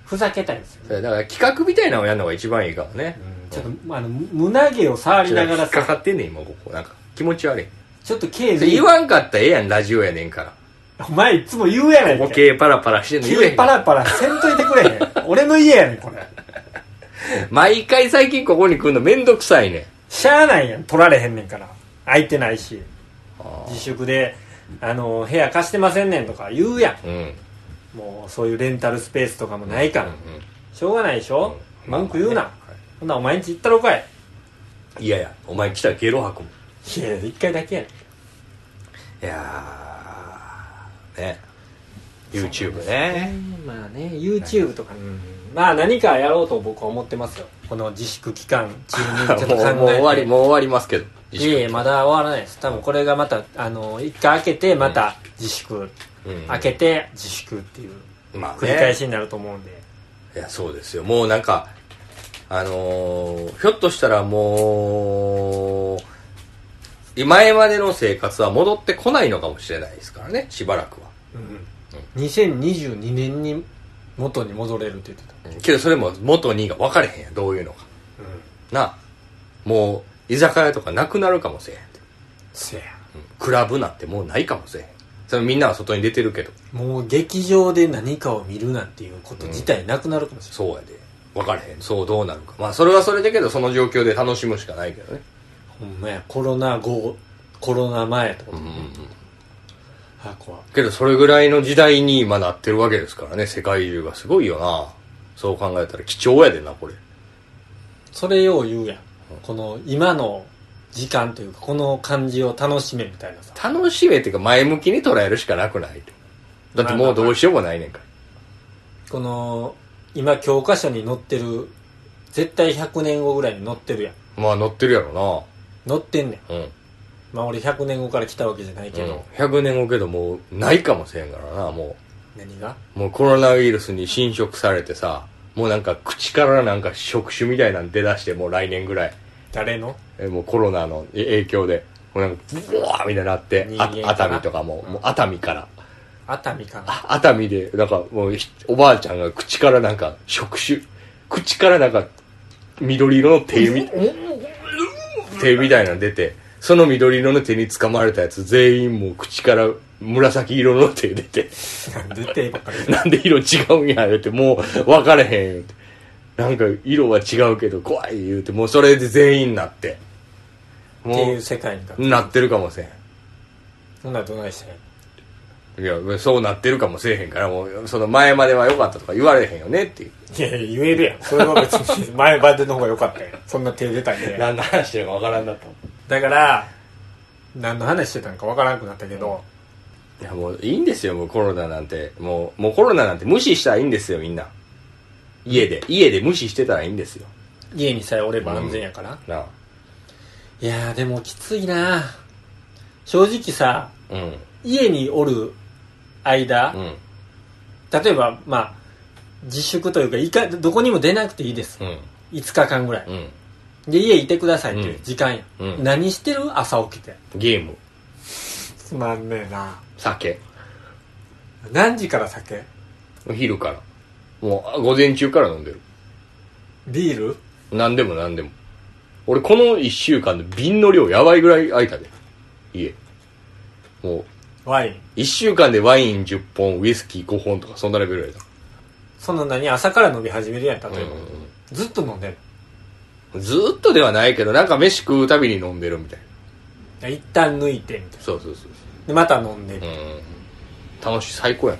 [SPEAKER 1] ふざけたいんですよ
[SPEAKER 2] あ
[SPEAKER 1] ね、
[SPEAKER 2] だから企画みたいなのをやるのが一番いいからね、
[SPEAKER 1] ちょっと、まあ、あの胸毛を触りながら
[SPEAKER 2] 引っか
[SPEAKER 1] さ
[SPEAKER 2] かってんねん今ここなんか気持ち悪い
[SPEAKER 1] ちょっと刑
[SPEAKER 2] 言
[SPEAKER 1] 事
[SPEAKER 2] わんかったらええやんラジオやねんから
[SPEAKER 1] お前いつも言うやない
[SPEAKER 2] 模
[SPEAKER 1] かい
[SPEAKER 2] 型パラパラしてんの言えへん
[SPEAKER 1] パラパラせんといてくれへん俺の家やねんこれ
[SPEAKER 2] 毎回最近ここに来るのめんどくさいねん
[SPEAKER 1] しゃあないやん取られへんねんから空いてないし
[SPEAKER 2] あ
[SPEAKER 1] 自粛であの部屋貸してませんねんとか言うやん
[SPEAKER 2] ーうん
[SPEAKER 1] もうそういうレンタルスペースとかもないから、
[SPEAKER 2] うん
[SPEAKER 1] しょうがないでしょ、
[SPEAKER 2] うん
[SPEAKER 1] 文句言うな、
[SPEAKER 2] まあね
[SPEAKER 1] ほんならお前んち行ったろかい
[SPEAKER 2] いやいやお前来たらゲロ吐くもん
[SPEAKER 1] いや一回だけやねん
[SPEAKER 2] いやーね YouTube ね
[SPEAKER 1] まあね YouTube とか、うんまあ何かやろうと僕は思ってますよこの自粛期間中にちょっと考え て
[SPEAKER 2] もうもう終わりもう終わりますけど
[SPEAKER 1] いえいえまだ終わらないです多分これがまたあの一回開けてまた自粛、
[SPEAKER 2] うん
[SPEAKER 1] 開けて自粛っていう
[SPEAKER 2] まあね
[SPEAKER 1] 繰り返しになると思うんで、
[SPEAKER 2] いやそうですよもうなんかあのーひょっとしたらもう前までの生活は戻ってこないのかもしれないですからねしばらくは
[SPEAKER 1] うん、2022年に元に戻れるって言ってた、
[SPEAKER 2] うんけどそれも元にが分かれへんやんどういうのかなあもう居酒屋とかなくなるかもしれへんって
[SPEAKER 1] せや
[SPEAKER 2] うんクラブなんてもうないかもしれへんそれみんなは外に出てるけど
[SPEAKER 1] もう劇場で何かを見るなんていうこと自体なくなるかもしれない、
[SPEAKER 2] そうやで分かれへんそうどうなるかまあそれはそれだけどその状況で楽しむしかないけどね
[SPEAKER 1] ほんまやコロナ後コロナ前と、
[SPEAKER 2] うんうんうん
[SPEAKER 1] あ怖い
[SPEAKER 2] けどそれぐらいの時代に今なってるわけですからね世界中がすごいよなそう考えたら貴重やでなこれ
[SPEAKER 1] それよう言うやんこの今の時間というかこの感じを楽しめみたいなさ
[SPEAKER 2] 楽しめっていうか前向きに捉えるしかなくないだってもうどうしようもないねんか
[SPEAKER 1] この今教科書に載ってる絶対100年後ぐらいに載ってるやん
[SPEAKER 2] らまあ乗ってるやろ
[SPEAKER 1] 載ってんねん
[SPEAKER 2] なうん、
[SPEAKER 1] まあ俺100年後から来たわけじゃないけ
[SPEAKER 2] け
[SPEAKER 1] ど
[SPEAKER 2] ど、100年後けどもうないかもしれんからなも
[SPEAKER 1] 何が
[SPEAKER 2] うもうコロナウイルスに侵食されてさもうなんか口からなんか触手みたいなん出だしてもう来年ぐらい
[SPEAKER 1] 誰の
[SPEAKER 2] えもうコロナの影響でもうなんかブワーみたいになって
[SPEAKER 1] 人間
[SPEAKER 2] あ
[SPEAKER 1] かな
[SPEAKER 2] 熱海とかも,、もう熱海から
[SPEAKER 1] 熱海かな
[SPEAKER 2] あ熱海でなんかもうひおばあちゃんが口からなんか触手口からなんか緑色の手み手みたいなの出てその緑色の手に掴まれたやつ全員もう口から紫色の手出て
[SPEAKER 1] 絶対ばっか り
[SPEAKER 2] なんで色違うんや言うてもう分かれへん言うてなんか色は違うけど怖い言うてもうそれで全員なって
[SPEAKER 1] ってい
[SPEAKER 2] も
[SPEAKER 1] う世界にか
[SPEAKER 2] うなってるかもしれん
[SPEAKER 1] そんならどないしたんや
[SPEAKER 2] いや、そうなってるかもしれへんから、もう、その前までは良かったとか言われへんよねっていう。
[SPEAKER 1] いやいや言えるやんそれは別に前までの方が良かったよそんな手出たんで
[SPEAKER 2] 何の話してるか分からんなと。
[SPEAKER 1] だから何の話してたのかわからなくなったけど、
[SPEAKER 2] いや、もういいんですよ、もうコロナなんて。もう、もうコロナなんて無視したらいいんですよ、みんな。家で。家で無視してたらいいんですよ。
[SPEAKER 1] 家にさえおれば安全やから、
[SPEAKER 2] なあ。
[SPEAKER 1] いやーでもきついな正直さ
[SPEAKER 2] うん。
[SPEAKER 1] 家におる間、
[SPEAKER 2] うん。
[SPEAKER 1] 例えばまあ自粛というかいかどこにも出なくていいです
[SPEAKER 2] うん。
[SPEAKER 1] 5日間ぐらい、
[SPEAKER 2] うん。
[SPEAKER 1] で家いてくださいっていう時間や、
[SPEAKER 2] うん
[SPEAKER 1] 何してる朝起きて
[SPEAKER 2] ゲーム。
[SPEAKER 1] つまんねえな
[SPEAKER 2] 酒。
[SPEAKER 1] 何時から酒
[SPEAKER 2] お昼から。もう、あ午前中から飲んでる。
[SPEAKER 1] ビール
[SPEAKER 2] 何でも何でも。俺、この一週間で瓶の量やばいぐらい空いたで。家。もう、
[SPEAKER 1] ワイン
[SPEAKER 2] 一週間でワイン10本ウイスキー5本とかそんなレベルやった
[SPEAKER 1] そんな何朝から飲み始めるやん例えば、
[SPEAKER 2] うんうん
[SPEAKER 1] ずっと飲んでる
[SPEAKER 2] うんずーっとではないけどなんか飯食うたびに飲んでるみたいない
[SPEAKER 1] や一旦抜いてみたい
[SPEAKER 2] そうそうそう
[SPEAKER 1] でまた飲んで、
[SPEAKER 2] うん楽しい最高やん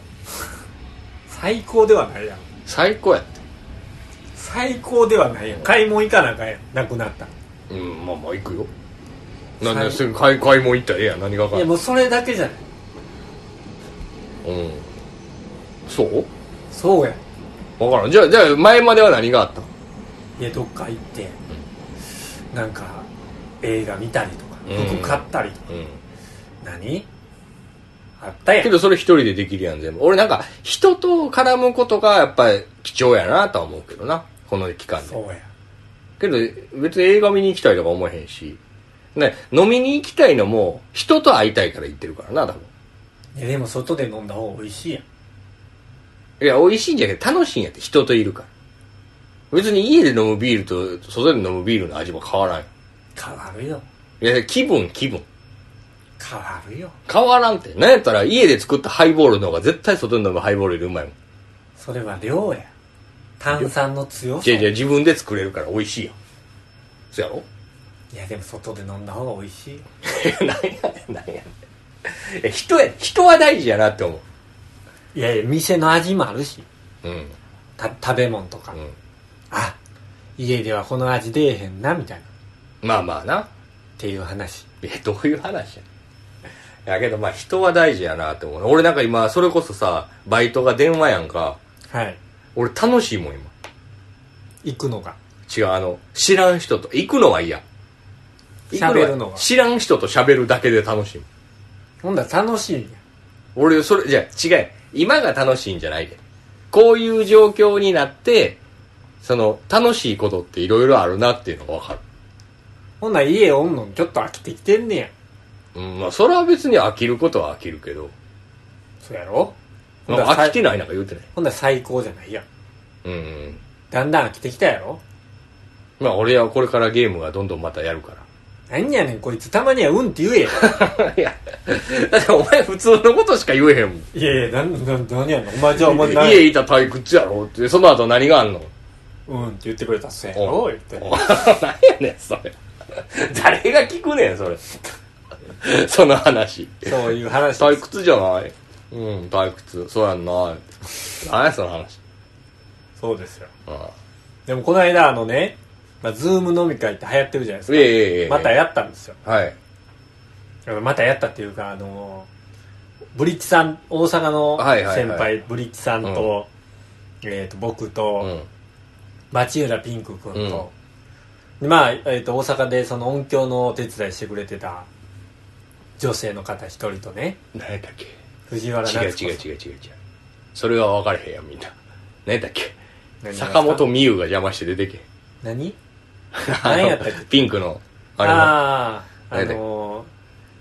[SPEAKER 1] 最高ではないやん
[SPEAKER 2] 最高やって
[SPEAKER 1] 最高ではないやん買い物行かなあかんやんなくなったら
[SPEAKER 2] うんまあまあ行くよなん
[SPEAKER 1] 最
[SPEAKER 2] ですぐ買い買いも行ったらええやん何がか
[SPEAKER 1] い
[SPEAKER 2] ん
[SPEAKER 1] や
[SPEAKER 2] うん
[SPEAKER 1] もうそれだけじゃない
[SPEAKER 2] そう
[SPEAKER 1] そうや
[SPEAKER 2] 分からんじゃあじゃあ前までは何があった
[SPEAKER 1] いやどっか行って、なんか映画見たりとか
[SPEAKER 2] うん
[SPEAKER 1] 服買ったりとか、
[SPEAKER 2] うん
[SPEAKER 1] 何あったやん
[SPEAKER 2] けどそれ一人でできるやん全部俺なんか人と絡むことがやっぱり貴重やなとは思うけどなこの期間で
[SPEAKER 1] そうや
[SPEAKER 2] けど別に映画見に行きたいとか思えへんし、ね、飲みに行きたいのも人と会いたいから行ってるからな多分
[SPEAKER 1] いやでも外で飲んだ方が美味しいやん
[SPEAKER 2] いや美味しいんじゃけど楽しいんやって人といるから別に家で飲むビールと外で飲むビールの味も変わらんよ
[SPEAKER 1] 変わるよ
[SPEAKER 2] いや気分気分
[SPEAKER 1] 変わるよ
[SPEAKER 2] 変わらんってなんやったら家で作ったハイボールの方が絶対外で飲むハイボールよりうまいもん
[SPEAKER 1] それは量や炭酸の強さ
[SPEAKER 2] じゃあじゃあ自分で作れるから美味しいやんそやろ
[SPEAKER 1] いやでも外で飲んだ方が美味しいよ
[SPEAKER 2] なんやねんなんやねんえ人や人は大事やなって思
[SPEAKER 1] いやいや店の味もあるし
[SPEAKER 2] ううん
[SPEAKER 1] た食べ物とか、
[SPEAKER 2] うん
[SPEAKER 1] あ家ではこの味出えへんなみたいなっ
[SPEAKER 2] まあまあな
[SPEAKER 1] ていう話
[SPEAKER 2] えどういう話ややけどまあ人は大事やなって思う俺なんか今それこそさバイトが電話やんか
[SPEAKER 1] はい
[SPEAKER 2] 俺楽しいもん今
[SPEAKER 1] 行くのが
[SPEAKER 2] 違うあの知らん人と行くのは嫌行くは
[SPEAKER 1] 喋るのが
[SPEAKER 2] 知らん人と喋るだけで楽しい
[SPEAKER 1] ほんだら楽しいんや
[SPEAKER 2] 俺それじゃあ違う今が楽しいんじゃないでこういう状況になってその楽しいことっていろいろあるなっていうのが分かる
[SPEAKER 1] ほんなら家おんのちょっと飽きてきてんねや
[SPEAKER 2] うんまあそれは別に飽きることは飽きるけど、
[SPEAKER 1] そうやろほん
[SPEAKER 2] ま
[SPEAKER 1] だ
[SPEAKER 2] あ、
[SPEAKER 1] ら
[SPEAKER 2] 飽きてないなんか言うてない
[SPEAKER 1] ほんなら最高じゃないやん
[SPEAKER 2] うんうん
[SPEAKER 1] だんだん飽きてきたやろ
[SPEAKER 2] まあ俺はこれからゲームがどんどんまたやるか
[SPEAKER 1] なんやねんこいつたまにはうんって言えや
[SPEAKER 2] らいやだってお前普通のことしか言えへんもん
[SPEAKER 1] いやいやなんなん何やねんお前じゃあお前何
[SPEAKER 2] 家いた退屈やろってその後何があんの
[SPEAKER 1] うんって言ってくれたらそうやろ
[SPEAKER 2] お
[SPEAKER 1] 言って
[SPEAKER 2] お 何やねんそれ誰が聞くねんそれ その話
[SPEAKER 1] そういう話
[SPEAKER 2] 退屈じゃないうん退屈そうやんな何やその話
[SPEAKER 1] そうですよ
[SPEAKER 2] あ
[SPEAKER 1] でもこの間あのね、まあ、ズーム飲み会って流行ってるじゃないです
[SPEAKER 2] あ
[SPEAKER 1] か、
[SPEAKER 2] いえいえいえ
[SPEAKER 1] またやったんですよ
[SPEAKER 2] はい
[SPEAKER 1] またやったっていうかあのブリッジさん大阪の
[SPEAKER 2] はいはいはい
[SPEAKER 1] 先輩ブリッジさんと,、えー、と僕と、
[SPEAKER 2] うん
[SPEAKER 1] 町浦ピンク君と、でまあ、えー、と大阪でその音響のお手伝いしてくれてた女性の方一人とね
[SPEAKER 2] 何やったっけ
[SPEAKER 1] 藤原
[SPEAKER 2] 違う
[SPEAKER 1] 夏子さん
[SPEAKER 2] 違う違う違う違うそれは分かれへんやんみんな何やったっけ
[SPEAKER 1] 何が
[SPEAKER 2] 坂本美優が邪魔して出てけ
[SPEAKER 1] 何何やったっけ
[SPEAKER 2] あのピンクのあれの
[SPEAKER 1] ああーあ
[SPEAKER 2] 何やったっけ
[SPEAKER 1] の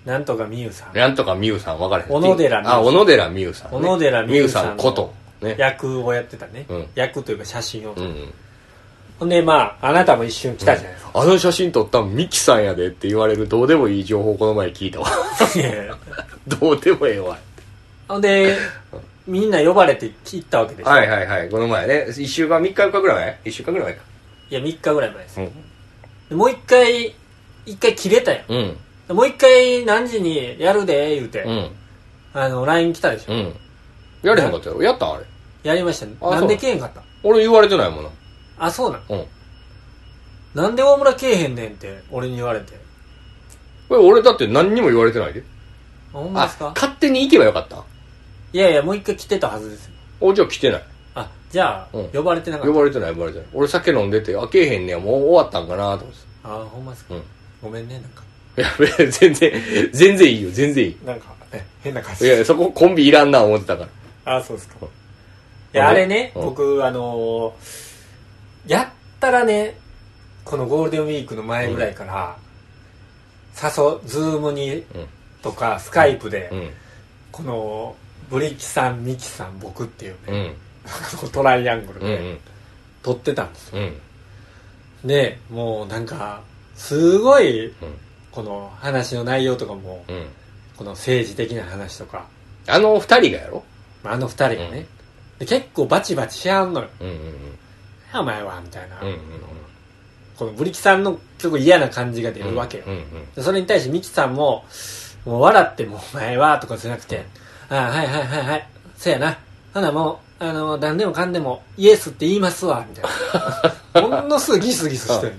[SPEAKER 1] ーなんとかみゆさん
[SPEAKER 2] なんとか美優さん分からへん
[SPEAKER 1] 小野寺美優さん
[SPEAKER 2] あ小野寺美優さんね
[SPEAKER 1] 小野寺美
[SPEAKER 2] 美
[SPEAKER 1] 優
[SPEAKER 2] 優
[SPEAKER 1] さん
[SPEAKER 2] さんことね
[SPEAKER 1] 役をやってたね、
[SPEAKER 2] うん
[SPEAKER 1] 役というか写真を、
[SPEAKER 2] うんうん
[SPEAKER 1] ほんでまああなたも一瞬来たじゃないですか、
[SPEAKER 2] あの写真撮ったんミキさんやでって言われるどうでもいい情報この前聞いたわ
[SPEAKER 1] いやいや
[SPEAKER 2] どうでもええわ
[SPEAKER 1] ほんでみんな呼ばれて行ったわけでしょ、
[SPEAKER 2] はいはいはいこの前ね1週間3日4日ぐらい前1週間ぐらい
[SPEAKER 1] いや3日ぐらい前です、
[SPEAKER 2] 前か
[SPEAKER 1] でもう一回一回切れたやん
[SPEAKER 2] うんうん
[SPEAKER 1] もう一回何時にやるで言うて、
[SPEAKER 2] うん
[SPEAKER 1] あの LINE 来たでしょ、
[SPEAKER 2] うんやれへんかったやろやったんあれ
[SPEAKER 1] やりましたね
[SPEAKER 2] あ
[SPEAKER 1] なんで
[SPEAKER 2] そう
[SPEAKER 1] けえへんかった
[SPEAKER 2] 俺言われてないもんな
[SPEAKER 1] あそうなん
[SPEAKER 2] うん
[SPEAKER 1] なんで大村けえへんねんって俺に言われて
[SPEAKER 2] これ俺だって何にも言われてないで
[SPEAKER 1] あほんま
[SPEAKER 2] あ
[SPEAKER 1] ですか
[SPEAKER 2] 勝手に行けばよかった
[SPEAKER 1] いやいやもう一回来てたはずですよ
[SPEAKER 2] おじゃあ来てない
[SPEAKER 1] あじゃあ、
[SPEAKER 2] うん
[SPEAKER 1] 呼ばれてなか
[SPEAKER 2] 呼
[SPEAKER 1] った
[SPEAKER 2] ばれてない呼ばれてない俺酒飲んでて開けへんねやもう終わったんかなと思って
[SPEAKER 1] あほんまですか、
[SPEAKER 2] うん
[SPEAKER 1] ごめんねなんか
[SPEAKER 2] たいや 全然全然いいよ全然いい
[SPEAKER 1] なんかえ変な感
[SPEAKER 2] いやそこコンビいらんな思ってたから
[SPEAKER 1] あそうですか
[SPEAKER 2] うん
[SPEAKER 1] いやあれね、
[SPEAKER 2] うん
[SPEAKER 1] 僕あのーやったらねこのゴールデンウィークの前ぐらいから、誘うズームにとかスカイプで、
[SPEAKER 2] うんうん
[SPEAKER 1] このブリキさんミキさん僕っていう
[SPEAKER 2] う
[SPEAKER 1] ね、
[SPEAKER 2] ん
[SPEAKER 1] トライアングル
[SPEAKER 2] うんう
[SPEAKER 1] で、
[SPEAKER 2] ん
[SPEAKER 1] 撮ってたんですよ
[SPEAKER 2] うんうん
[SPEAKER 1] でもうなんかすごい
[SPEAKER 2] うん
[SPEAKER 1] この話の内容とかも
[SPEAKER 2] うん
[SPEAKER 1] この政治的な話とか
[SPEAKER 2] あの二人がやろ
[SPEAKER 1] まああの二人がね、で結構バチバチし合うのよ
[SPEAKER 2] うんうん
[SPEAKER 1] 「お前は」みたいな、
[SPEAKER 2] うんうんうん
[SPEAKER 1] このブリキさんの結構嫌な感じが出るわけよ、
[SPEAKER 2] うんうん
[SPEAKER 1] でそれに対してミキさんももう笑ってもお前はとかじゃなくて、ああ、はいはいはいはい、せやな。ほなもう、あの、何でもかんでもイエスって言いますわ、みたい な。ものすごいギスギスしてる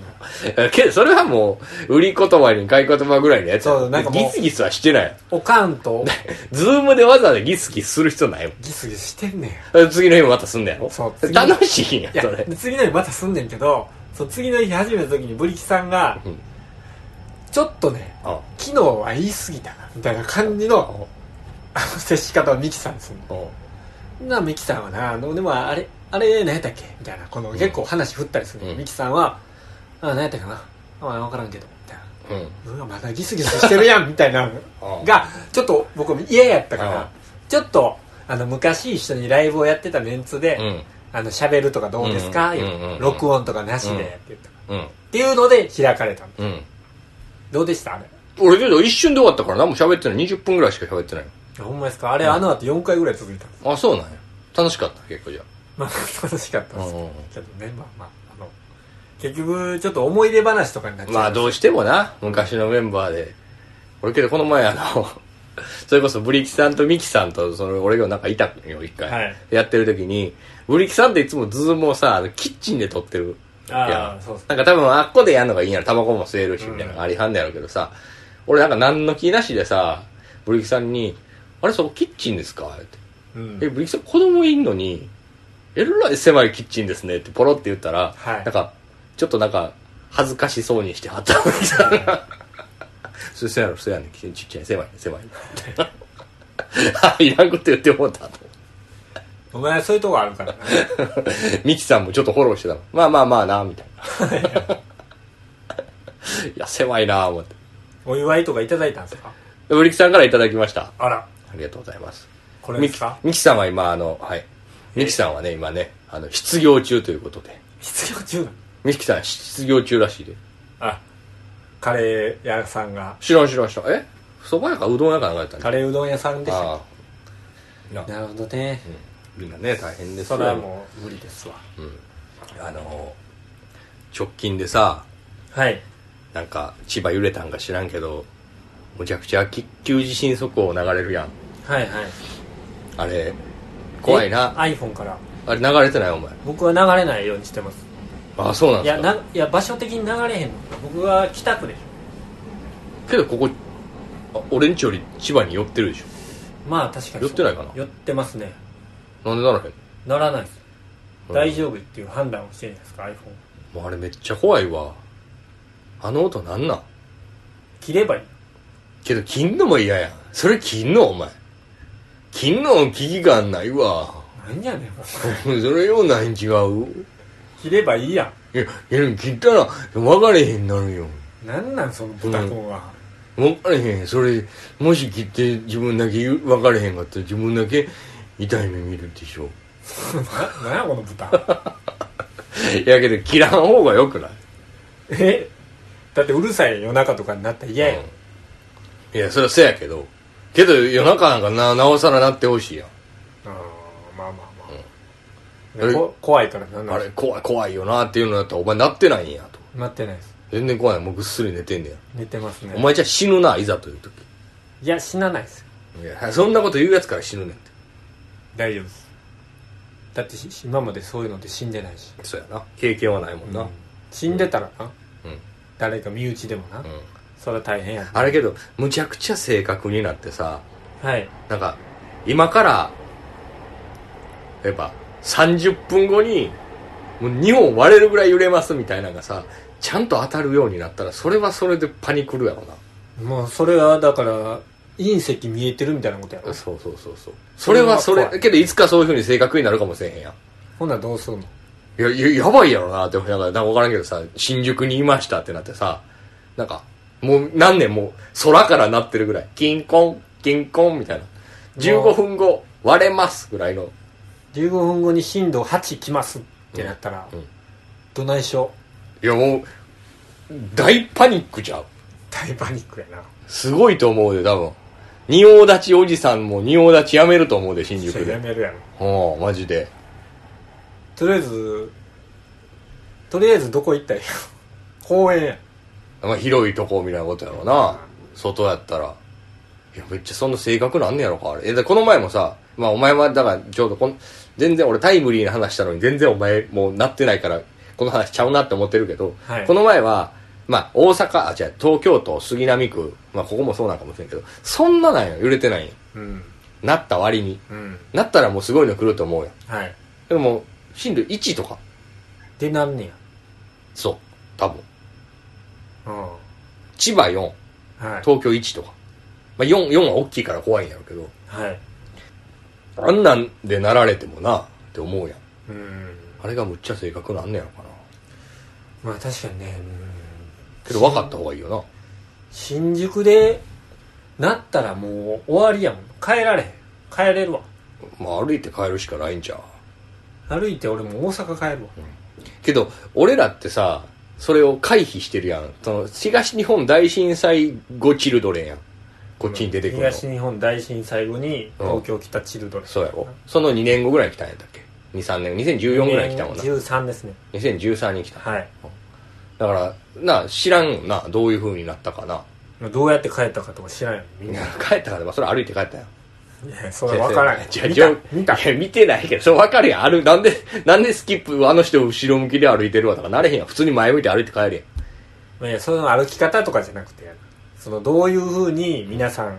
[SPEAKER 1] の。
[SPEAKER 2] けど、それはもう、売り言葉に買い言葉ぐらいのやつや
[SPEAKER 1] そうなんかもう
[SPEAKER 2] ギスギスはしてない。
[SPEAKER 1] おかんと
[SPEAKER 2] ズームでわざわざギスギスする必要ないも
[SPEAKER 1] ギスギスしてんねん。
[SPEAKER 2] ん。次の日もまたすんだよ。
[SPEAKER 1] そう次の日
[SPEAKER 2] 楽しいんや
[SPEAKER 1] い、や
[SPEAKER 2] それ。
[SPEAKER 1] 次の日またすんねんけどそう次の日始めた時にブリキさんが、
[SPEAKER 2] うん
[SPEAKER 1] ちょっとね
[SPEAKER 2] あ
[SPEAKER 1] 昨日は言い過ぎたなみたいな感じのあの接し方をミキさんにするのなミキさんはなあのでもあれあれ何やったっけみたいなこの結構話振ったりするの、
[SPEAKER 2] うん
[SPEAKER 1] ミキさんはあ何やったかなあ分からんけどみたいな
[SPEAKER 2] うん。
[SPEAKER 1] うわまだギスギスしてるや んみたいな
[SPEAKER 2] あ
[SPEAKER 1] がちょっと僕嫌やったか
[SPEAKER 2] うん
[SPEAKER 1] らちょっとあの昔一緒にライブをやってたメンツで、
[SPEAKER 2] うん。
[SPEAKER 1] あの、喋るとかどうですか、
[SPEAKER 2] うんうん
[SPEAKER 1] 言う
[SPEAKER 2] うんうん
[SPEAKER 1] 録音とかなしで、
[SPEAKER 2] うん
[SPEAKER 1] って言った。っ
[SPEAKER 2] うん。
[SPEAKER 1] ていうので開かれたの。
[SPEAKER 2] うん。
[SPEAKER 1] どうでしたあれ。
[SPEAKER 2] 俺、ちょっと一瞬で終わったから何も喋ってない。20分ぐらいしか喋ってない。
[SPEAKER 1] ほんまですかあれ、あの後4回ぐらい続いたんです。
[SPEAKER 2] あ、そうなんや。楽しかった、結構じゃ
[SPEAKER 1] まあ、楽しかった
[SPEAKER 2] あ。
[SPEAKER 1] です
[SPEAKER 2] うん
[SPEAKER 1] けどね。まあまあ、あの、結局、ちょっと思い出話とかになっちゃう。
[SPEAKER 2] まあどうしてもな、昔のメンバーで。俺けどこの前あの、 それこそブリキさんとミキさんと、その俺がなんかいたのよ、一回。
[SPEAKER 1] はい
[SPEAKER 2] やってる時に、ブリキさんっていつもズームをさ、あのキッチンで撮ってる。
[SPEAKER 1] あー
[SPEAKER 2] いや
[SPEAKER 1] そうそう
[SPEAKER 2] なんか多分あっこでやんのがいいんやろ、タバコも吸えるし、みたいな
[SPEAKER 1] うん
[SPEAKER 2] のありはんねやろうけどさ、俺なんか何の気なしでさ、ブリキさんに、あれそこキッチンですかって。
[SPEAKER 1] うん
[SPEAKER 2] え、ブリキさん子供いんのに、えらい狭いキッチンですねってポロって言ったら、
[SPEAKER 1] はい
[SPEAKER 2] なんか、ちょっとなんか、恥ずかしそうにしてはったブリキさんが。 そうそうやろ、そうやねんちっちゃい、狭い、狭い。あ、 いらんこと言ってもうたと。
[SPEAKER 1] お前そういうとこある からな。
[SPEAKER 2] ミキさんもちょっとフォローしてたの。まあまあまあな、みたいな。いや、狭いな、思って。
[SPEAKER 1] お祝いとかいただいたんですか
[SPEAKER 2] ブリキさんからいただきました。
[SPEAKER 1] あら、
[SPEAKER 2] ありがとうございます。
[SPEAKER 1] これ
[SPEAKER 2] ミ
[SPEAKER 1] で
[SPEAKER 2] キ
[SPEAKER 1] すか、
[SPEAKER 2] ミキさんは今、あの、はい。ミキさんはね、今ね、あの、失業中ということで。
[SPEAKER 1] 必要中なの
[SPEAKER 2] ミキさん失業中らしいで。
[SPEAKER 1] あ、カレー屋さんが、
[SPEAKER 2] 知らん知らん知らん。えそば屋かうどん屋かなんかやったん
[SPEAKER 1] カレーうどん屋さんでした
[SPEAKER 2] ああ
[SPEAKER 1] なるほどね。
[SPEAKER 2] うんみんなね、大変です
[SPEAKER 1] それはもう無理ですわ。
[SPEAKER 2] う。うん。あの、直近でさ、
[SPEAKER 1] はい。
[SPEAKER 2] なんか、千葉揺れたんか知らんけど、むちゃくちゃ緊急地震速報流れるやん。
[SPEAKER 1] はいはい。
[SPEAKER 2] あれ、怖いな。
[SPEAKER 1] え iPhone から
[SPEAKER 2] あれ流れてないお前。
[SPEAKER 1] 僕は流れないようにしてます
[SPEAKER 2] あ、そうなん
[SPEAKER 1] い
[SPEAKER 2] で
[SPEAKER 1] や
[SPEAKER 2] すか。
[SPEAKER 1] ないや場所的に流れへんの僕は北区でし
[SPEAKER 2] けどここ、あ俺んちより千葉に寄ってるでし
[SPEAKER 1] ょまあ確かに
[SPEAKER 2] 寄ってないかな
[SPEAKER 1] 寄ってますね
[SPEAKER 2] ょ。なんでならへん
[SPEAKER 1] ならないです、
[SPEAKER 2] うん
[SPEAKER 1] 大丈夫っていう判断をしてるんじゃないですか iPhone
[SPEAKER 2] もうあれめっちゃ怖いわ。あの音なんなん
[SPEAKER 1] 切ればいい
[SPEAKER 2] けど切んのも嫌やん。それ切んのお前。切んの危機感ないわ。
[SPEAKER 1] なんやねんお前
[SPEAKER 2] それようないん違う
[SPEAKER 1] 切ればいいや
[SPEAKER 2] いや、いや切ったら分かれへんなるよ。
[SPEAKER 1] んなんなんそのボタコンは、
[SPEAKER 2] 分かれへん。それ、もし切って自分だけ分かれへんかったら自分だけ痛い目見るでしょ。
[SPEAKER 1] ななんやこの豚
[SPEAKER 2] いやけど切らん方がよくない
[SPEAKER 1] えだってうるさい夜中とかになったら嫌やん、
[SPEAKER 2] いや、それはせやけど。けど夜中なんかな、なおさらなってほしいやん。
[SPEAKER 1] あーまあまあまあ、
[SPEAKER 2] うん
[SPEAKER 1] ねこ怖いからなんな
[SPEAKER 2] あ
[SPEAKER 1] ん
[SPEAKER 2] れ、怖い怖いよなっていうのだったらお前なってないんやと。
[SPEAKER 1] 待ってないです
[SPEAKER 2] 全然怖い。もうぐっすり寝てんねや。
[SPEAKER 1] 寝てますね
[SPEAKER 2] お前じゃあ死ぬな、いざという時。
[SPEAKER 1] いや死なないです
[SPEAKER 2] いやそんなこと言うやつから死ぬねんって
[SPEAKER 1] 大丈夫ですだってし今までそういうので死んでないし、
[SPEAKER 2] そうやな経験はないもんな、
[SPEAKER 1] 死んでたらな、
[SPEAKER 2] うん
[SPEAKER 1] 誰か身内でもな、
[SPEAKER 2] うん
[SPEAKER 1] それは大変や
[SPEAKER 2] あれけどむちゃくちゃ正確になってさ
[SPEAKER 1] はい
[SPEAKER 2] なんか今からやっぱ30分後にもう2本割れるぐらい揺れますみたいなのがさちゃんと当たるようになったらそれはそれでパニクるやろ
[SPEAKER 1] もうそれはだから隕石見えてるみたいなことやろ
[SPEAKER 2] なそうそうそうそうそれはそ
[SPEAKER 1] それは怖
[SPEAKER 2] れ
[SPEAKER 1] い
[SPEAKER 2] けどいつかそういうふうに正確になるかもしれへんやん
[SPEAKER 1] ほんならどうするの
[SPEAKER 2] いや、ややばいやろなって思いながら、なんかわからんけどさ、新宿にいましたってなってさ、なんか、もう何年も空からなってるぐらい、キンコン、キンコンみたいな。15分後、割れますぐらいの。
[SPEAKER 1] 15分後に震度8来ますってなったら、
[SPEAKER 2] うんうん
[SPEAKER 1] どないしょ
[SPEAKER 2] いやもう、大パニックじゃん。
[SPEAKER 1] 大パニックやな
[SPEAKER 2] すごいと思うで、多分。仁王立ちおじさんも仁王立ちやめると思うで、新
[SPEAKER 1] そ
[SPEAKER 2] 宿
[SPEAKER 1] れや
[SPEAKER 2] で。
[SPEAKER 1] めるやろ
[SPEAKER 2] うん、マジで。
[SPEAKER 1] とりあえずとりあえずどこ行ったらいいの 公園や
[SPEAKER 2] まあ、広いとこみたいなことやろな。外やったら。いやめっちゃそんな性格なんねやろかあれえだこの前もさ、まあ、お前はだからちょうどこん全然俺タイムリーな話したのに全然お前もうなってないからこの話ちゃうなって思ってるけど、
[SPEAKER 1] はい
[SPEAKER 2] この前は、まあ、大阪あ違う東京都杉並区、まあ、ここもそうなんかもしれんけどそんななんよ揺れてないんよ
[SPEAKER 1] うん
[SPEAKER 2] なった割に
[SPEAKER 1] うん
[SPEAKER 2] なったらもうすごいの来ると思うよ
[SPEAKER 1] はい
[SPEAKER 2] でももう進路1とか
[SPEAKER 1] でなんね
[SPEAKER 2] そう多分
[SPEAKER 1] やうん
[SPEAKER 2] 千葉4
[SPEAKER 1] はい
[SPEAKER 2] 東京1とか、まあ、4, 4は大きいから怖いんやろうけど
[SPEAKER 1] はい
[SPEAKER 2] あんなんでなられてもなって思うやん
[SPEAKER 1] うん
[SPEAKER 2] あれがむっちゃ性格なんねやろかな
[SPEAKER 1] まあ確かにねうん
[SPEAKER 2] けど分かった方がいいよな
[SPEAKER 1] 新宿でなったらもう終わりやもん帰られへん帰れるわ
[SPEAKER 2] まあ歩いて帰るしかないんちゃう
[SPEAKER 1] 歩いて俺も大阪帰るわ
[SPEAKER 2] けど俺らってさそれを回避してるやんその東日本大震災後チルドレンやんこっちに出てくるの
[SPEAKER 1] 東日本大震災後に東京来たチルドレン
[SPEAKER 2] そうやろその2年後ぐらいに来たんやったっけ23年2014ぐらいに来たもんな
[SPEAKER 1] 13ですね
[SPEAKER 2] 2013に来た
[SPEAKER 1] はい
[SPEAKER 2] だからなあ知らんよなどういう風になったかな
[SPEAKER 1] どうやって帰ったかとか知らんよみん
[SPEAKER 2] い
[SPEAKER 1] な
[SPEAKER 2] や帰ったからまあそれ歩いて帰ったやん
[SPEAKER 1] いやそれ分からん
[SPEAKER 2] じゃじゃ
[SPEAKER 1] 見た見た
[SPEAKER 2] 見てないけど、そう分かるやん。ある、なんで、なんでスキップ、あの人後ろ向きで歩いてるわとかなれへんやん。普通に前向いて歩いて帰るやん。
[SPEAKER 1] いやその歩き方とかじゃなくてそのどういうふうに皆さん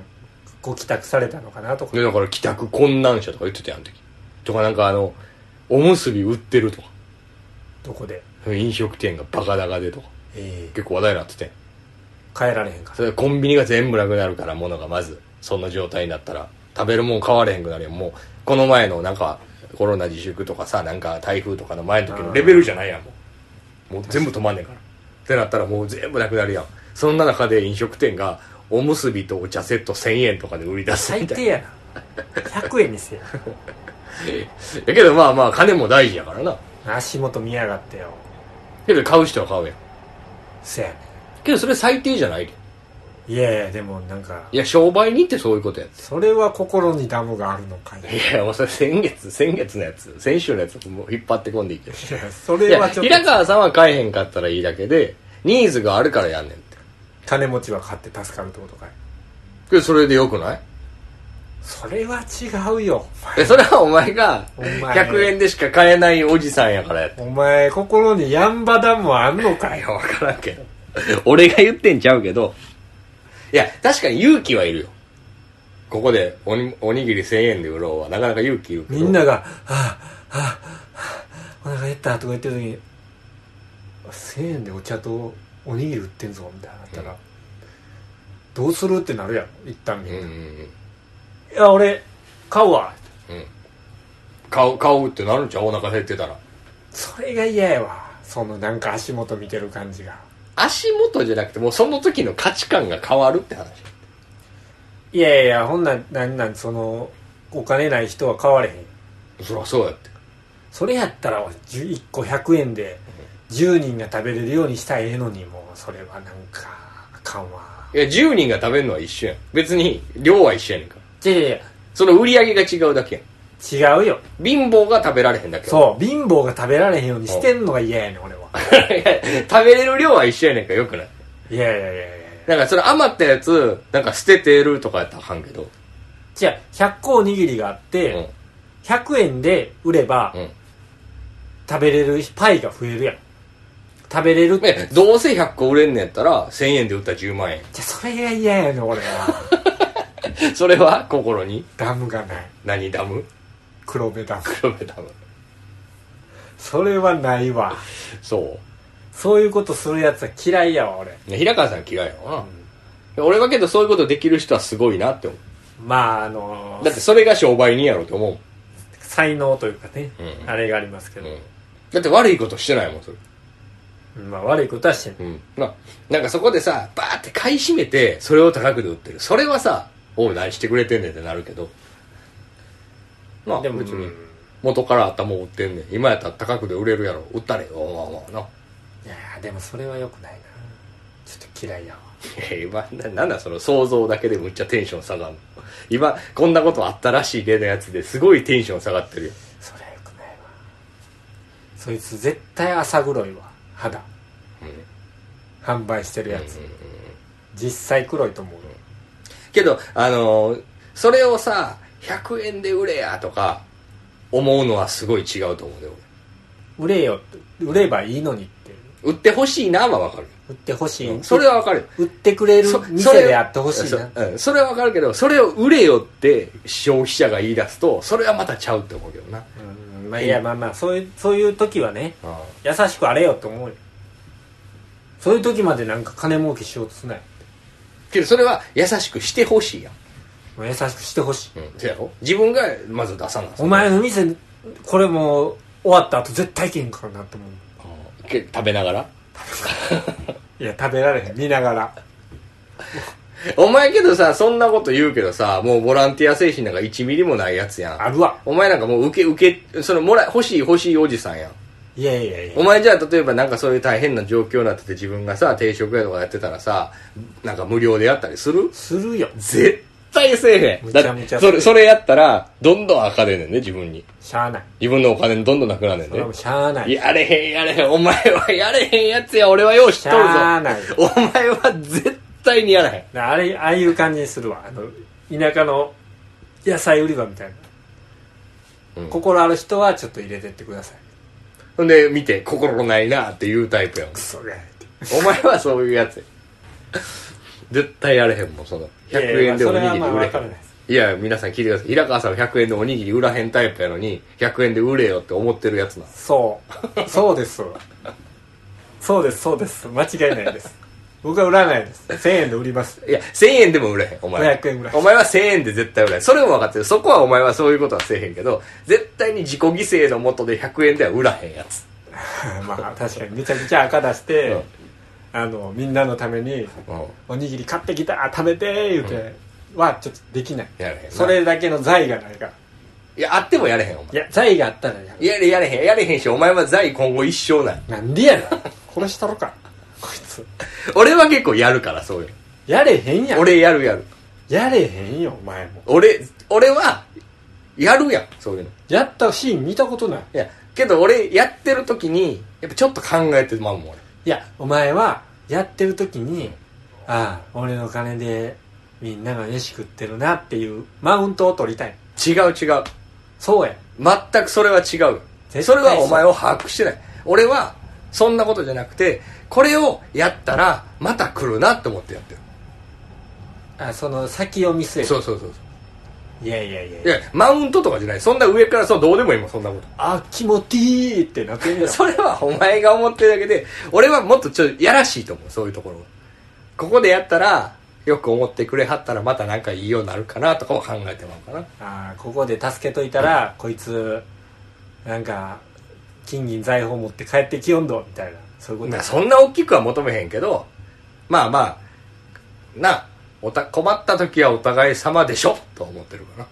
[SPEAKER 1] ご帰宅されたのかなとか
[SPEAKER 2] でだから帰宅困難者とか言ってたやん、あの時。とかなんかあの、おむすび売ってるとか。
[SPEAKER 1] どこで、
[SPEAKER 2] 飲食店がバカ高でとか。
[SPEAKER 1] えー
[SPEAKER 2] 結構話題になっててん。
[SPEAKER 1] 帰られへんか
[SPEAKER 2] それコンビニが全部なくなるから、物がまず。そんな状態になったら。食べるもん買われへんくなるやん。もう、この前のなんか、コロナ自粛とかさ、なんか台風とかの前の時のレベルじゃないやん、もう。もう全部止まんねんから。ってなったらもう全部なくなるやん。そんな中で飲食店が、おむすびとお茶セット1000円とかで売り出す
[SPEAKER 1] 最
[SPEAKER 2] みたいな
[SPEAKER 1] 低やな100円にせよ
[SPEAKER 2] だけどまあまあ金も大事やからな
[SPEAKER 1] 足元見やがってよ
[SPEAKER 2] けど買う人は買うやん
[SPEAKER 1] せやね
[SPEAKER 2] けどそれ最低じゃないで
[SPEAKER 1] んいやいやでもなんか
[SPEAKER 2] いや商売人ってそういうことやって
[SPEAKER 1] それは心にダムがあるのかい
[SPEAKER 2] いやもうそれ先月先月のやつ先週のやつもう引っ張ってこんでいいけど
[SPEAKER 1] いやそ
[SPEAKER 2] い
[SPEAKER 1] れ
[SPEAKER 2] や
[SPEAKER 1] はちょっ
[SPEAKER 2] 平
[SPEAKER 1] と
[SPEAKER 2] 川さんは買えへんかったらいいだけでニーズがあるからやんねんって
[SPEAKER 1] 金持ちは買って助かるってことかい
[SPEAKER 2] けどそれでよくない
[SPEAKER 1] それは違うよ
[SPEAKER 2] えそれはお前が
[SPEAKER 1] お前
[SPEAKER 2] 100円でしか買えないおじさんやからやって
[SPEAKER 1] お前お前心にヤンバダムはあんのか
[SPEAKER 2] い
[SPEAKER 1] い
[SPEAKER 2] や分からんけど 俺が言ってんちゃうけどいや確かに勇気はいるよここでおにおにぎり1000円で売ろうはなかなか勇気いるけど
[SPEAKER 1] みんなが「はあはあはあお腹減った」とか言ってる時に「1000円でお茶とおにぎり売ってんぞ」みたいになったら、どうするってなるやん一旦み
[SPEAKER 2] うんん
[SPEAKER 1] な、
[SPEAKER 2] うん
[SPEAKER 1] いや俺買うわ
[SPEAKER 2] うんうん買う買うってなるんちゃうお腹減ってたら
[SPEAKER 1] それが嫌やわそのなんか足元見てる感じが
[SPEAKER 2] 足元じゃなくてもうその時の価値観が変わるって話
[SPEAKER 1] いやいやいやほんなんなんなんそのお金ない人は買われへん
[SPEAKER 2] そりゃそうやって
[SPEAKER 1] それやったら1個100円で10人が食べれるようにしたらええのにもうそれはなんかあかんわ
[SPEAKER 2] いや10人が食べるのは一緒やん別に量は一緒やねんから
[SPEAKER 1] いやいやい
[SPEAKER 2] その売り上げが違うだけやん
[SPEAKER 1] や違うよ
[SPEAKER 2] 貧乏が食べられへんだけやん
[SPEAKER 1] そう貧乏が食べられへんようにしてんのが嫌やねん俺は
[SPEAKER 2] いや 食べれる量は一緒やねんからよくない
[SPEAKER 1] いやいやいやいやいや
[SPEAKER 2] なんかそれ余ったやつ、なんか捨ててるとかやったらあかんけど。
[SPEAKER 1] じゃあ100個おにぎりがあっ
[SPEAKER 2] う
[SPEAKER 1] て、
[SPEAKER 2] ん。
[SPEAKER 1] 100円で売れば、
[SPEAKER 2] うん
[SPEAKER 1] 食べれるパイが増えるやん食べれるって
[SPEAKER 2] ね、どうせ100個売れんねやったら、1000円で売ったら10万円。
[SPEAKER 1] じゃあそれが嫌やねん俺 は
[SPEAKER 2] それは心に、
[SPEAKER 1] ダムがない
[SPEAKER 2] 何ダム
[SPEAKER 1] 黒部ダム
[SPEAKER 2] 黒部ダム。
[SPEAKER 1] それはないわ
[SPEAKER 2] そ
[SPEAKER 1] そういうことするやつは嫌いやわ俺
[SPEAKER 2] う。ね、平川さん嫌いやろな。俺はけどそういうことできる人はすごいなって思う。
[SPEAKER 1] まああの
[SPEAKER 2] だってそれが商売人やろって思うもん。
[SPEAKER 1] 才能というかね、
[SPEAKER 2] うん
[SPEAKER 1] あれがありますけど
[SPEAKER 2] う、ん。だって悪いことしてないもん、それ。
[SPEAKER 1] まあ悪いことはしてない
[SPEAKER 2] うん。な、なんかそこでさ、バーって買い占めて、それを高くで売ってる。それはさ、おう、何してくれてんねんってなるけど。まあ、
[SPEAKER 1] でも
[SPEAKER 2] 別に
[SPEAKER 1] うん
[SPEAKER 2] 元からあったもん売ってんねん今やったら高くで売れるやろ売ったれよまあまあ ない
[SPEAKER 1] やーでもそれは良くないなちょっと嫌いやわ
[SPEAKER 2] いや今ななんだその想像だけでむっちゃテンション下がるの今こんなことあったらしいでのやつですごいテンション下がってるよ
[SPEAKER 1] それは良くないわそいつ絶対朝黒いわ肌、販売してるやつ、実際黒いと思う
[SPEAKER 2] けどあのーそれをさ100円で売れやとか思うのはすごい違うと思うで
[SPEAKER 1] 売れよって売ればいいのにって
[SPEAKER 2] 俺売ってほしいなはわかる
[SPEAKER 1] 売ってほしい、
[SPEAKER 2] よそれはわかるよ
[SPEAKER 1] 売ってくれる
[SPEAKER 2] そそ
[SPEAKER 1] 店
[SPEAKER 2] れ
[SPEAKER 1] でやってほしいな
[SPEAKER 2] そ,、うん、それはわかるけどそれを売れよって消費者が言い出すとそれはまたちゃうって思うけどな、
[SPEAKER 1] うんまあいやまあまあそういうそういう時はね
[SPEAKER 2] うん
[SPEAKER 1] 優しくあれよと思うよそういう時までなんか金儲けしようとすなよ
[SPEAKER 2] けどそれは優しくしてほしいやん、
[SPEAKER 1] もう優しくしてほしい
[SPEAKER 2] うん、そやろ自分がまず出さな
[SPEAKER 1] お前の店これもう終わった後絶対行けんからなって思う
[SPEAKER 2] うんけ食べながら
[SPEAKER 1] いや食べられへん見ながら
[SPEAKER 2] お前けどさそんなこと言うけどさもうボランティア精神なんか1ミリもないやつやん
[SPEAKER 1] あるわ
[SPEAKER 2] お前なんかもう受け受けそのもら欲しい欲しいおじさんやん
[SPEAKER 1] いやいやいや
[SPEAKER 2] お前じゃあ例えばなんかそういう大変な状況になってて自分がさ定食屋とかやってたらさなんか無料でやったりする
[SPEAKER 1] するよ
[SPEAKER 2] 絶対せえへん
[SPEAKER 1] むちゃ
[SPEAKER 2] だっ
[SPEAKER 1] む
[SPEAKER 2] て
[SPEAKER 1] ちゃ
[SPEAKER 2] それそれやったらどんどん赤でんねんね自分に
[SPEAKER 1] しゃあない
[SPEAKER 2] 自分のお金どんどんなくなんねん
[SPEAKER 1] それ
[SPEAKER 2] ね
[SPEAKER 1] はもうしゃあない
[SPEAKER 2] やれへんやれへんお前はやれへんやつや俺はよう知っとるぞ
[SPEAKER 1] しゃあない
[SPEAKER 2] お前は絶対にやらへん
[SPEAKER 1] なあれああいう感じにするわあの田舎の野菜売り場みたいな、
[SPEAKER 2] うん
[SPEAKER 1] 心ある人はちょっと入れてってください
[SPEAKER 2] ほんで見て心ないなっていうタイプやん
[SPEAKER 1] クソがって
[SPEAKER 2] お前はそういうやつや絶対やれへんもんその100円でおにぎ
[SPEAKER 1] いやいやそ
[SPEAKER 2] り売れへ
[SPEAKER 1] れはまあわから
[SPEAKER 2] ん
[SPEAKER 1] ないです
[SPEAKER 2] いや皆さん聞いてください平川さんは100円でおにぎり売らへんタイプやのに100円で売れよって思ってるやつなん
[SPEAKER 1] そう そうですわそうですそうです間違いないです僕は売らないです1000円で売ります
[SPEAKER 2] いや1000円でも売れへんお前は
[SPEAKER 1] 500円ぐらい
[SPEAKER 2] お前は1000円で絶対売れへんそれも分かってるそこはお前はそういうことはせえへんけど絶対に自己犠牲のもとで100円では売らへんやつ
[SPEAKER 1] まあ確かにめちゃくちゃ赤出して、
[SPEAKER 2] うん
[SPEAKER 1] あのみんなのために
[SPEAKER 2] うん
[SPEAKER 1] おにぎり買ってきた食べて言うて、はちょっとできない
[SPEAKER 2] やれへんな
[SPEAKER 1] それだけの財がないから
[SPEAKER 2] いやあってもやれへんお前
[SPEAKER 1] いや財があったらやる
[SPEAKER 2] やれやれへんやれへんしお前は在今後一生ない
[SPEAKER 1] なんでやねん殺したろかこいつ
[SPEAKER 2] 俺は結構やるからそういう
[SPEAKER 1] やれへんやん
[SPEAKER 2] 俺やるやる
[SPEAKER 1] やれへんよお前も
[SPEAKER 2] 俺俺はやるやんそういうの
[SPEAKER 1] やったシーン見たことない
[SPEAKER 2] いやけど俺やってる時にやっぱちょっと考えてまうもん俺
[SPEAKER 1] いやお前はやってる時にああ俺の金でみんなが飯食ってるなっていうマウントを取りたい
[SPEAKER 2] 違う違う
[SPEAKER 1] そうや
[SPEAKER 2] 全くそれは違う
[SPEAKER 1] 対
[SPEAKER 2] それはお前を把握してない俺はそんなことじゃなくてこれをやったらまた来るなって思ってやってる
[SPEAKER 1] あその先を見据える
[SPEAKER 2] そうそうそうそ
[SPEAKER 1] いやいやいやいう
[SPEAKER 2] い
[SPEAKER 1] や
[SPEAKER 2] やマウントとかじゃないそんな上からそうどうでもいいもんそんなこと
[SPEAKER 1] あ気持ちいいってなってるやん
[SPEAKER 2] それはお前が思ってるだけで俺はもっとちょっとやらしいと思うそういうところはここでやったらよく思ってくれはったらまたなんかいいようになるかなとかも考えてまうかな
[SPEAKER 1] ああここで助けといたら、こいつなんか金銀財宝持って帰ってきよんどみたいなそういうこと
[SPEAKER 2] な
[SPEAKER 1] や
[SPEAKER 2] そんな大きくは求めへんけどまあまあなおた困った時はお互い様でしょと思ってるか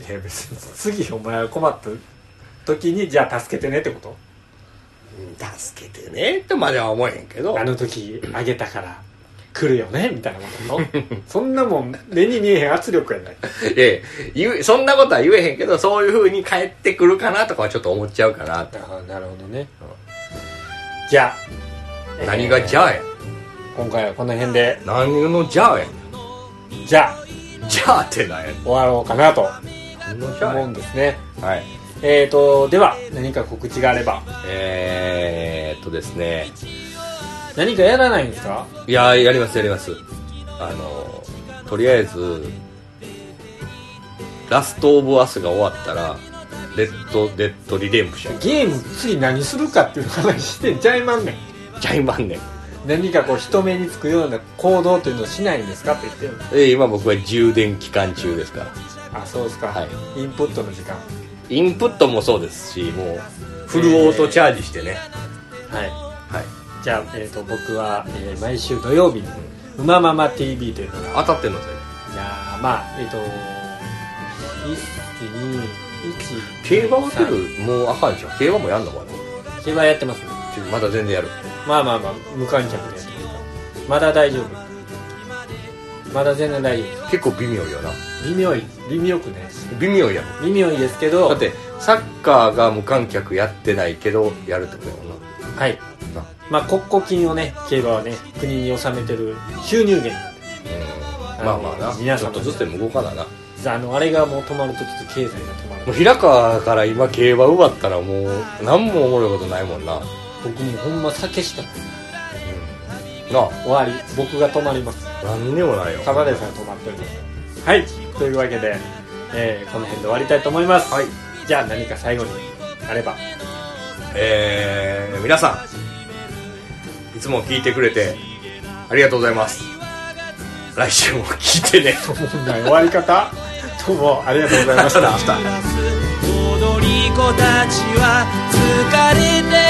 [SPEAKER 2] ない
[SPEAKER 1] や別に次お前が困った時にじゃあ助けてねってこと
[SPEAKER 2] うん助けてねとまでは思えへんけど
[SPEAKER 1] あの時あげたから来るよねみたいなこと そんなもん目に見えへん圧力やない
[SPEAKER 2] いやいや言うそんなことは言えへんけどそういうふうに帰ってくるかなとかはちょっと思っちゃうかなって
[SPEAKER 1] ああなるほどねじゃあ
[SPEAKER 2] 何がじゃあや
[SPEAKER 1] 今回はこの辺で
[SPEAKER 2] 何のじゃあや
[SPEAKER 1] じゃあ
[SPEAKER 2] じゃあってなんや
[SPEAKER 1] 終わろうかなと思うん
[SPEAKER 2] は
[SPEAKER 1] ですね
[SPEAKER 2] い
[SPEAKER 1] えーとでは何か告知があれば
[SPEAKER 2] えー、っとですね
[SPEAKER 1] 何かやらないんですか
[SPEAKER 2] いやーやりますやりますあのとりあえずラスト・オブ・アスが終わったらレッド・デッド・リデンプション
[SPEAKER 1] ゲーム次何するかっていう話してんちゃいまんねん
[SPEAKER 2] ジャイマンネン
[SPEAKER 1] 何かこう人目につくような行動というのをしないんですかって言ってる
[SPEAKER 2] え今僕は充電期間中ですから
[SPEAKER 1] あそうですか、
[SPEAKER 2] は
[SPEAKER 1] インプットの時間
[SPEAKER 2] インプットもそうですしもうフルオートチャージしてね、
[SPEAKER 1] はい
[SPEAKER 2] はい
[SPEAKER 1] じゃあ、えー、と僕は、えー毎週土曜日に「うまママ TV」というのが
[SPEAKER 2] 当たってんのそれ
[SPEAKER 1] いやーまあえっ、と一気に一
[SPEAKER 2] 競馬はけどもうあかんじゃん競馬もやんのかな
[SPEAKER 1] 競馬やってますね
[SPEAKER 2] ちょまだ全然やる
[SPEAKER 1] まあまあまあ無観客でやってますからまだ大丈夫まだ全然大丈夫
[SPEAKER 2] 結構微妙よな
[SPEAKER 1] 微妙い微妙くね
[SPEAKER 2] 微妙やん
[SPEAKER 1] 微妙いですけど
[SPEAKER 2] だってサッカーが無観客やってないけどやるってことやもんな
[SPEAKER 1] はい
[SPEAKER 2] な
[SPEAKER 1] まあ、国庫金をね競馬はね国に納めてる収入源なんで
[SPEAKER 2] うんまあまあなちょっとずつでも動かななも
[SPEAKER 1] あのあれがもう止まるとちょっと経済が止ま
[SPEAKER 2] う
[SPEAKER 1] る
[SPEAKER 2] 平川から今競馬奪ったらもう何もおもろいことないもんな、うん、
[SPEAKER 1] 僕もうほんま酒しかない
[SPEAKER 2] なあ
[SPEAKER 1] 終わり僕が止まります
[SPEAKER 2] 何にもないよ
[SPEAKER 1] サバデさん止まっておりますはいというわけで、えーこの辺で終わりたいと思います、
[SPEAKER 2] はい
[SPEAKER 1] じゃあ何か最後にあれば
[SPEAKER 2] えー、皆さんいつも聞いてくれてありがとうございます来週も聞いてね
[SPEAKER 1] 終わり方どう もありがとうございました
[SPEAKER 2] ただ
[SPEAKER 3] 踊り子たちは疲れて